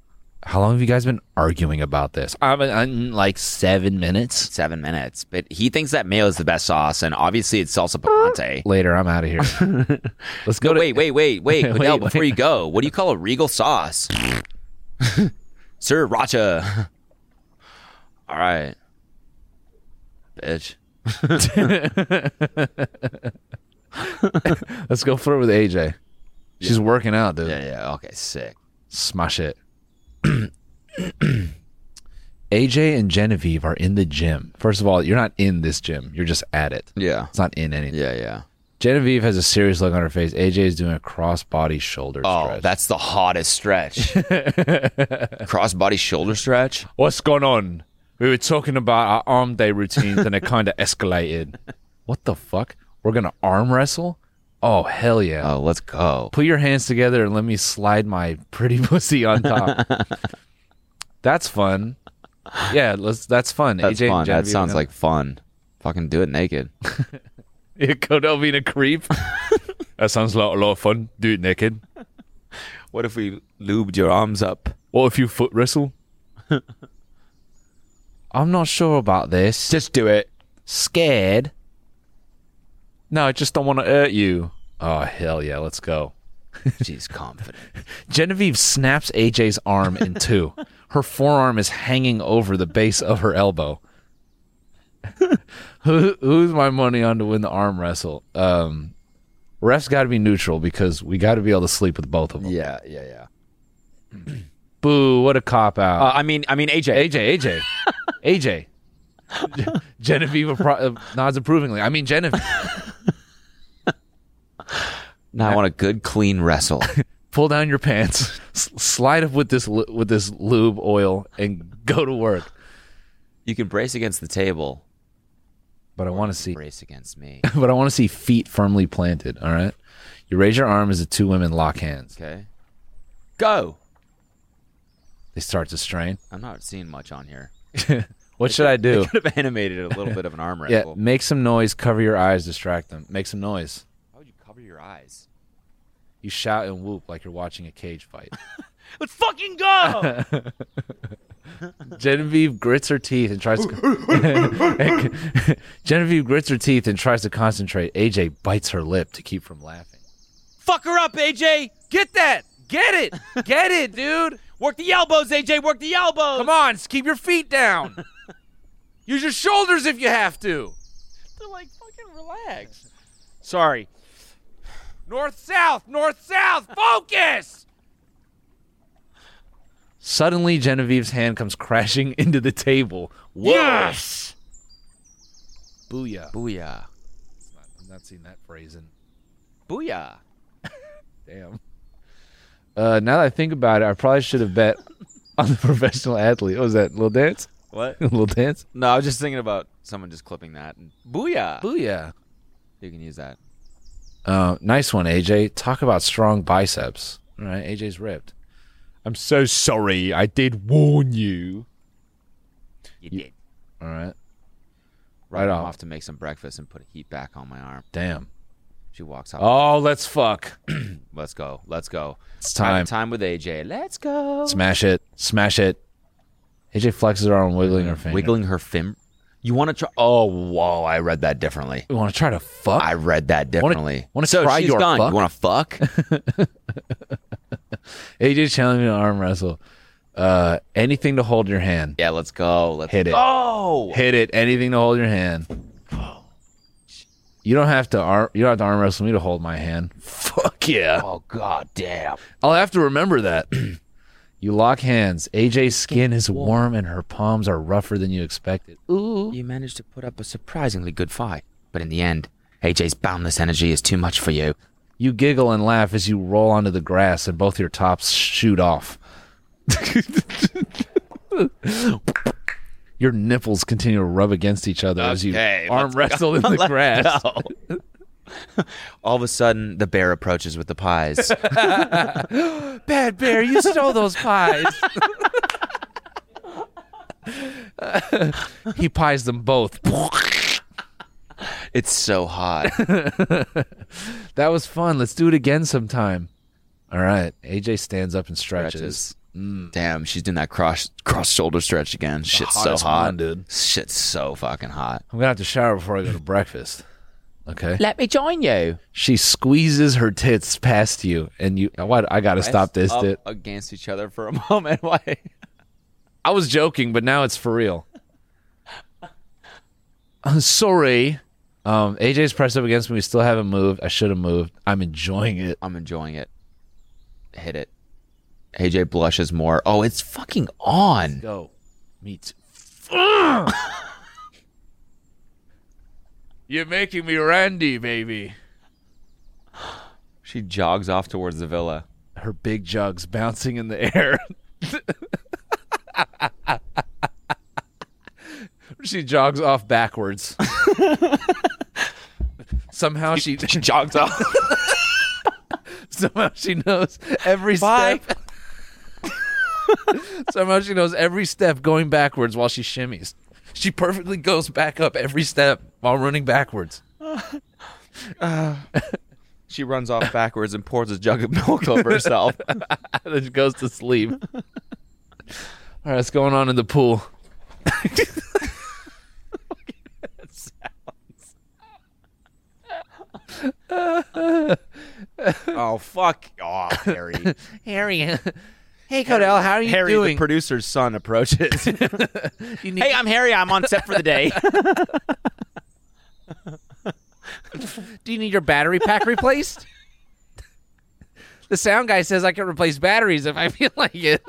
Speaker 3: "How long have you guys been arguing about this?" I'm, I'm like seven minutes.
Speaker 2: Seven minutes. But he thinks that mayo is the best sauce, and obviously it's salsa picante.
Speaker 3: Later, I'm out of here. Let's go.
Speaker 2: No,
Speaker 3: to,
Speaker 2: wait, wait, wait, wait.
Speaker 3: Wait,
Speaker 2: Goodell,
Speaker 3: wait.
Speaker 2: before you go, what do you call a regal sauce? Sir Racha. All right. Bitch.
Speaker 3: Let's go flirt with AJ. She's working out, dude.
Speaker 2: Yeah, yeah. Okay, sick.
Speaker 3: Smash it. AJ and Genevieve are in the gym. First of all, you're not in this gym. You're just at it.
Speaker 2: Yeah.
Speaker 3: It's not in anything.
Speaker 2: Yeah, yeah.
Speaker 3: Genevieve has a serious look on her face. AJ is doing a cross-body shoulder
Speaker 2: Oh,
Speaker 3: stretch.
Speaker 2: that's the hottest stretch. Crossbody shoulder stretch.
Speaker 3: What's going on? We were talking about our arm day routines and it kind of escalated. What the fuck? We're going to arm wrestle? Oh, hell yeah.
Speaker 2: Oh, let's go.
Speaker 3: Put your hands together and let me slide my pretty pussy on top. that's fun. Yeah, let's, that's fun.
Speaker 2: That's
Speaker 3: AJ and
Speaker 2: fun. That
Speaker 3: Genevieve are
Speaker 2: sounds
Speaker 3: gonna-
Speaker 2: like fun. Fucking do it naked.
Speaker 3: Yeah, Codell being a creep. that sounds like a lot of fun. Do it naked.
Speaker 2: what if we lubed your arms up?
Speaker 3: What if you foot wrestle? I'm not sure about this.
Speaker 2: Just do it.
Speaker 3: scared. No, I just don't want to hurt you. Oh, hell yeah, let's go.
Speaker 2: She's confident.
Speaker 3: Genevieve snaps AJ's arm in two. Her forearm is hanging over the base of her elbow. Who, who's my money on to win the arm wrestle? Um, ref's got to be neutral because we got to be able to sleep with both of them.
Speaker 2: Yeah, yeah, yeah.
Speaker 3: Boo, what a cop out.
Speaker 2: Uh, I mean, I mean, AJ.
Speaker 3: AJ, AJ, AJ. Genevieve appro- uh, nods approvingly. I mean, Genevieve.
Speaker 2: Now I want a good clean wrestle.
Speaker 3: pull down your pants, s- slide up with this lu- with this lube oil, and go to work.
Speaker 2: you can brace against the table.
Speaker 3: But I want to see.
Speaker 2: Brace against me.
Speaker 3: But I want to see feet firmly planted. All right. You raise your arm as the two women lock hands.
Speaker 2: Okay. Go.
Speaker 3: They start to strain.
Speaker 2: I'm not seeing much on here.
Speaker 3: What should I do?
Speaker 2: Could have animated a little bit of an arm
Speaker 3: Yeah,
Speaker 2: wrestle.
Speaker 3: make some noise. Cover your eyes. Distract them. Make some noise.
Speaker 2: How would you cover your eyes?
Speaker 3: You shout and whoop like you're watching a cage fight.
Speaker 2: Let's fucking go.
Speaker 3: Genevieve grits her teeth and tries to. Genevieve grits her teeth and tries to concentrate. AJ bites her lip to keep from laughing.
Speaker 2: Fuck her up, AJ.
Speaker 3: Get that! Get it! Get it, dude!
Speaker 2: Work the elbows, AJ. Work the elbows.
Speaker 3: Come on, s- keep your feet down. Use your shoulders if you have to.
Speaker 2: Sorry.
Speaker 3: North, south, north, south, focus! Suddenly, Genevieve's hand comes crashing into the table. Whoa. Yes! Booyah.
Speaker 2: Booyah.
Speaker 3: I've not seen that phrase in.
Speaker 2: Booyah.
Speaker 3: Damn. Uh, now that I think about it, I probably should have bet on the professional athlete. What was that? Little dance?
Speaker 2: What?
Speaker 3: little dance?
Speaker 2: No, I was just thinking about someone just clipping that. and Booyah.
Speaker 3: Booyah.
Speaker 2: You can use that.
Speaker 3: Uh, nice one, AJ. Talk about strong biceps. All right, AJ's ripped. I'm so sorry. I did warn you.
Speaker 2: You did.
Speaker 3: All right.
Speaker 2: Right,
Speaker 3: Right
Speaker 2: off.
Speaker 3: off.
Speaker 2: to make some breakfast and put heat back on my arm.
Speaker 3: Damn.
Speaker 2: She walks off.
Speaker 3: Oh, let's fuck.
Speaker 2: Let's go. Let's go.
Speaker 3: It's
Speaker 2: Private
Speaker 3: time.
Speaker 2: Time with AJ. Let's go.
Speaker 3: Smash it. Smash it. AJ flexes her arm, wiggling her finger.
Speaker 2: Wiggling her fin. You want to try? Oh, whoa! I read that differently.
Speaker 3: You want to try to fuck?
Speaker 2: I read that differently.
Speaker 3: wanna Oh,
Speaker 2: so
Speaker 3: try
Speaker 2: she's
Speaker 3: your
Speaker 2: gone.
Speaker 3: fuck?
Speaker 2: You want to fuck?
Speaker 3: AJ's challenging an arm wrestle. Uh, anything to hold your hand.
Speaker 2: yeah, let's go. Let's
Speaker 3: Hit it.
Speaker 2: go.
Speaker 3: Hit it. Anything to hold your hand. You don't have to arm. You don't have to arm wrestle me to hold my hand. Fuck yeah.
Speaker 2: Oh god damn.
Speaker 3: I'll have to remember that. you lock hands. AJ's skin is warm and her palms are rougher than you expected.
Speaker 2: You managed to put up a surprisingly good fight, but in the end, AJ's boundless energy is too much for you.
Speaker 3: You giggle and laugh as you roll onto the grass and both your tops shoot off. your nipples continue to rub against each other as you
Speaker 2: Okay,
Speaker 3: arm
Speaker 2: let's
Speaker 3: wrestle in the grass.
Speaker 2: All of a sudden, the bear approaches with the pies.
Speaker 3: Bad bear, you stole those pies. he pies them both.
Speaker 2: it's so hot.
Speaker 3: That was fun. Let's do it again sometime. All right. AJ stands up and stretches.
Speaker 2: Stretches. Mm. Damn, she's doing that cross cross shoulder stretch again. Shit's so
Speaker 3: hottest
Speaker 2: hot,
Speaker 3: one, dude.
Speaker 2: Shit's so fucking hot.
Speaker 3: I'm going to have to shower before I go to breakfast. Okay.
Speaker 6: Let me join you.
Speaker 3: She squeezes her tits past you, and you. What? I got to stop this,
Speaker 1: Um,
Speaker 2: Up
Speaker 3: dude.
Speaker 2: against each other for a moment. Why?
Speaker 3: I was joking, but now it's for real. I'm sorry. Um, AJ's pressed up against me. We still haven't moved. I should have moved. I'm enjoying it.
Speaker 2: I'm enjoying it. Hit it. AJ blushes more. Oh, it's fucking on.
Speaker 3: Go. Meet.
Speaker 1: You're making me Randy, baby.
Speaker 2: She jogs off towards the villa.
Speaker 3: Her big jugs bouncing in the air. she jogs off backwards. Somehow she,
Speaker 2: She jogs off.
Speaker 3: somehow she knows every
Speaker 6: Bye.
Speaker 3: step. somehow she knows every step going backwards while she shimmies. She perfectly goes back up every step while running backwards.
Speaker 2: she runs off backwards and pours a jug of milk over herself.
Speaker 3: then she goes to sleep. All right, what's going on in the pool?
Speaker 2: oh fuck off, Harry.
Speaker 3: Harry, hey Codell, how are you
Speaker 2: Harry,
Speaker 3: doing?
Speaker 2: the producer's son, approaches.
Speaker 3: You need-
Speaker 2: I'm Harry. I'm on set for the day.
Speaker 3: do you need your battery pack replaced? the sound guy says I can replace batteries if I feel like it.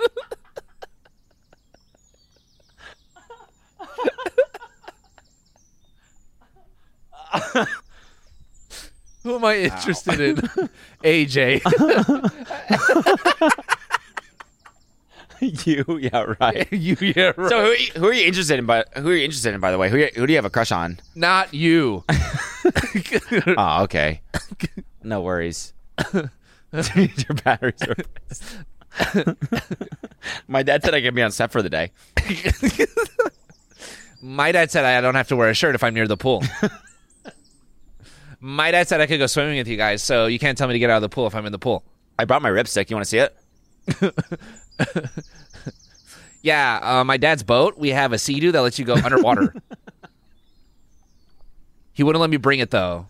Speaker 3: Who am I interested in? AJ.
Speaker 2: you, yeah, right.
Speaker 3: you, yeah, right.
Speaker 2: So who are you, who are you interested in? By who are you interested in? By the way, who you- who do you have a crush on?
Speaker 3: not you. Ah.
Speaker 2: Oh, okay. No worries. Your batteries are. My dad said I could be on set for the day.
Speaker 3: My dad said I don't have to wear a shirt if I'm near the pool. My dad said I could go swimming with you guys, so you can't tell me to get out of the pool if I'm in the pool.
Speaker 2: I brought my ripstick. You want to see it?
Speaker 3: Yeah, uh, my dad's boat, we have a sea doo that lets you go underwater. he wouldn't let me bring it though.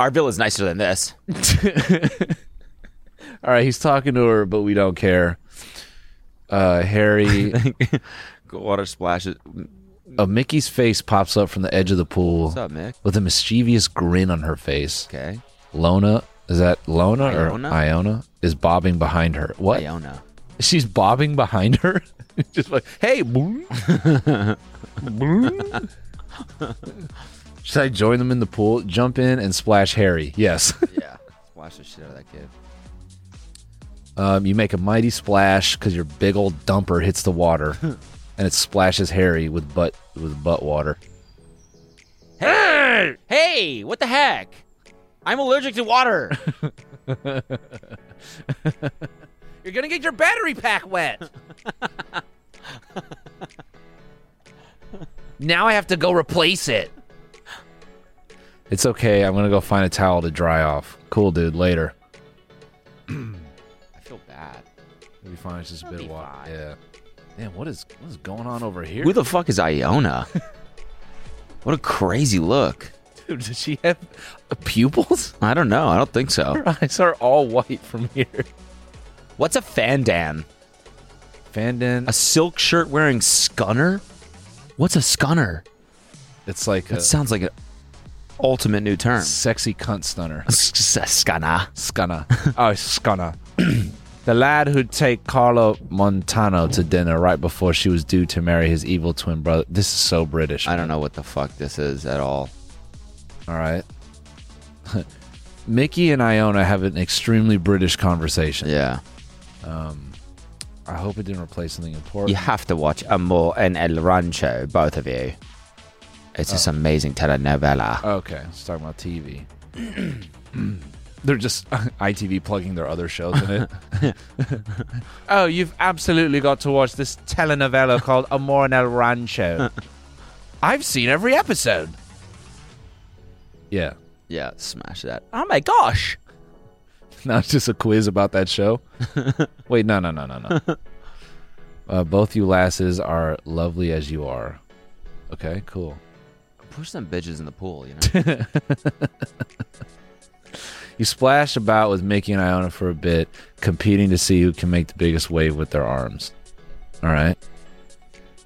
Speaker 2: Our villa's nicer than this.
Speaker 3: All right, he's talking to her, but we don't care. Uh, Harry,
Speaker 2: Water splashes. What's
Speaker 3: uh, Mickey's face pops up from the edge of the pool
Speaker 2: up, Mick?
Speaker 3: with a mischievous grin on her face.
Speaker 2: Okay.
Speaker 3: Lona, is that Lona
Speaker 2: Iona?
Speaker 3: or Iona? Is bobbing behind her. What?
Speaker 2: Iona.
Speaker 3: she's bobbing behind her. Just like, hey, boom. Boom. Should I join them in the pool? Jump in and splash Harry. Yes.
Speaker 2: Yeah. Splash the shit out of that kid.
Speaker 3: Um, you make a mighty splash because your big old dumper hits the water, and it splashes Harry with butt with butt water.
Speaker 2: Hey, what the heck? I'm allergic to water.
Speaker 3: You're gonna get your battery pack wet. now I have to go replace it. It's okay. I'm gonna go find a towel to dry off. Cool, dude. Later.
Speaker 2: I feel bad.
Speaker 3: It'll be fine. It's just a bit of water. Yeah. Man, what is what is going on over here?
Speaker 2: Who the fuck is Iona? what a crazy look.
Speaker 3: Dude, does she have pupils?
Speaker 2: I don't know. I don't think so.
Speaker 3: Her eyes are all white from here.
Speaker 2: What's a fandan? A
Speaker 3: Fandon.
Speaker 2: silk shirt wearing scunner? What's a scunner?
Speaker 3: It's like
Speaker 2: That
Speaker 3: a
Speaker 2: sounds like an ultimate new term.
Speaker 3: sexy cunt stunner.
Speaker 2: A s- a Scunner.
Speaker 3: Scunner. Oh, Scunner. the lad who'd take Carlo Montano to dinner right before she was due to marry his evil twin brother. This is so British.
Speaker 2: I don't know what the fuck this is at all.
Speaker 3: All right. Mickey and Iona have an extremely British conversation.
Speaker 2: Yeah.
Speaker 3: I hope it didn't replace something important.
Speaker 2: You have to watch Amor and El Rancho, both of you. It's this amazing telenovela.
Speaker 3: Okay, let's talk about TV. They're just ITV plugging their other shows in it. oh, you've absolutely got to watch this telenovela called Amor en el Rancho. I've seen every episode. Yeah.
Speaker 2: Yeah, smash that.
Speaker 6: Oh my gosh.
Speaker 3: Now it's just a quiz about that show. Wait, no, no, no, no, no. Uh, both you lasses are lovely as you are. Okay, cool.
Speaker 2: Push them bitches in the pool, you know?
Speaker 3: You splash about with Mickey and Iona for a bit, competing to see who can make the biggest wave with their arms. All right.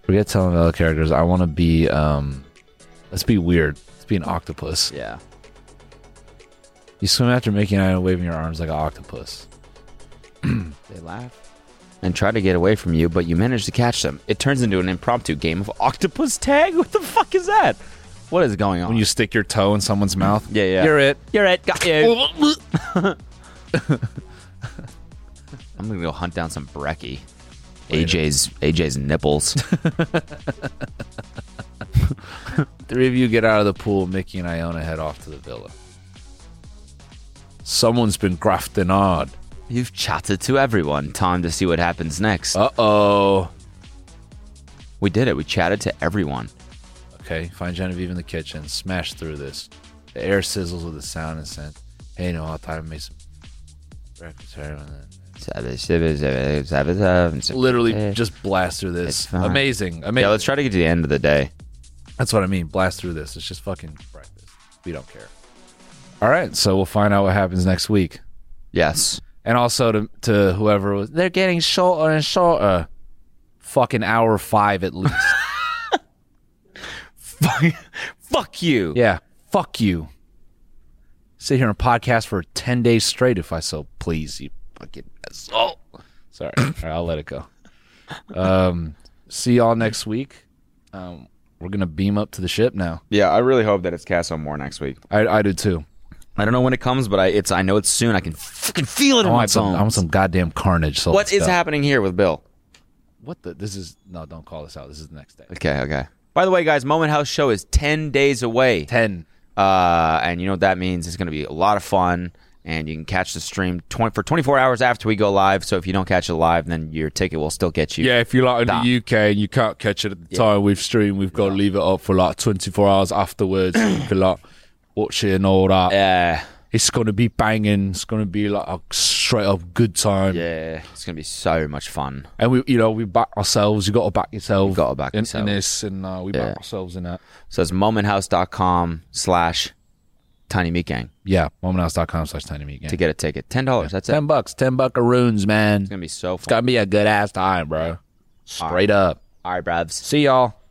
Speaker 3: Forget telenovela characters. I want to be. um Let's be weird. Let's be an octopus.
Speaker 2: yeah.
Speaker 3: You swim after Mickey and Iona, waving your arms like an octopus.
Speaker 2: They laugh and try to get away from you, but you manage to catch them. It turns into an impromptu game of octopus tag. What the fuck is that? What is going on?
Speaker 3: When you stick your toe in someone's mouth.
Speaker 2: Yeah, yeah.
Speaker 3: You're it.
Speaker 2: You're it. Got you. I'm gonna go hunt down some brekkie. AJ's AJ's nipples.
Speaker 3: Three of you get out of the pool. Mickey and Iona head off to the villa. Someone's been grafting hard.
Speaker 2: You've chatted to everyone. Time to see what happens next.
Speaker 3: Uh oh.
Speaker 2: We did it. We chatted to everyone.
Speaker 3: Okay, find Genevieve in the kitchen, smash through this. The air sizzles with the sound and scent. Hey, no, I thought I made some breakfast. here and then- Literally just blast through
Speaker 2: It's
Speaker 3: this.
Speaker 2: fine.
Speaker 3: Amazing. Amazing.
Speaker 2: Yeah, let's try to get to the end of the day.
Speaker 3: That's what I mean. Blast through this. It's just fucking breakfast. We don't care. All right, so we'll find out what happens next week.
Speaker 2: Yes.
Speaker 3: And also to, to whoever was, they're getting shorter and shorter. Fucking hour five at least.
Speaker 2: Fuck you.
Speaker 3: yeah, fuck you. Sit here and podcast for 10 days straight if I so please, you fucking asshole. Sorry. All right, I'll let it go. Um, see y'all next week. Um, we're going to beam up to the ship now.
Speaker 2: Yeah, I really hope that it's Cast on More next week.
Speaker 3: I, I do too.
Speaker 2: I don't know when it comes, but I it's I know it's soon. I can fucking feel it in
Speaker 3: I
Speaker 2: my
Speaker 3: want, some,
Speaker 2: bones.
Speaker 3: I want some goddamn carnage. So
Speaker 2: what is
Speaker 3: happening?
Speaker 2: happening here with Bill?
Speaker 3: What the? This is no. Don't call this out. This is the next day.
Speaker 2: Okay, okay. By the way, guys, Moment House show is ten days away.
Speaker 3: Ten.
Speaker 2: Uh, and you know what that means? It's going to be a lot of fun, and you can catch the stream 20, for 24 hours after we go live. So if you don't catch it live, then your ticket will still get you.
Speaker 3: Yeah, if you're like in
Speaker 2: Nah.
Speaker 3: the UK and you can't catch it at the time we've streamed, we've got to leave it up for like 24 hours afterwards. so you can like watch it and all that.
Speaker 2: Yeah.
Speaker 3: It's gonna be banging. It's gonna be like a straight up good time.
Speaker 2: yeah. It's going to be so much fun.
Speaker 3: And we, you know, we back ourselves. You got to back yourself. You
Speaker 2: gotta back
Speaker 3: in,
Speaker 2: yourself.
Speaker 3: in this, and uh, we
Speaker 2: Yeah.
Speaker 3: back ourselves in that.
Speaker 2: So it's momenthouse.com slash tiny meat gang
Speaker 3: Yeah, momenthouse.com slash tiny meat game.
Speaker 2: to get a ticket. $10. That's it. It's
Speaker 3: ten bucks, ten buckaroons, man. It's
Speaker 2: going to be so
Speaker 3: gonna
Speaker 2: fun.
Speaker 3: be a good ass time, bro. Straight up.
Speaker 2: All right, bruvs.
Speaker 3: See y'all.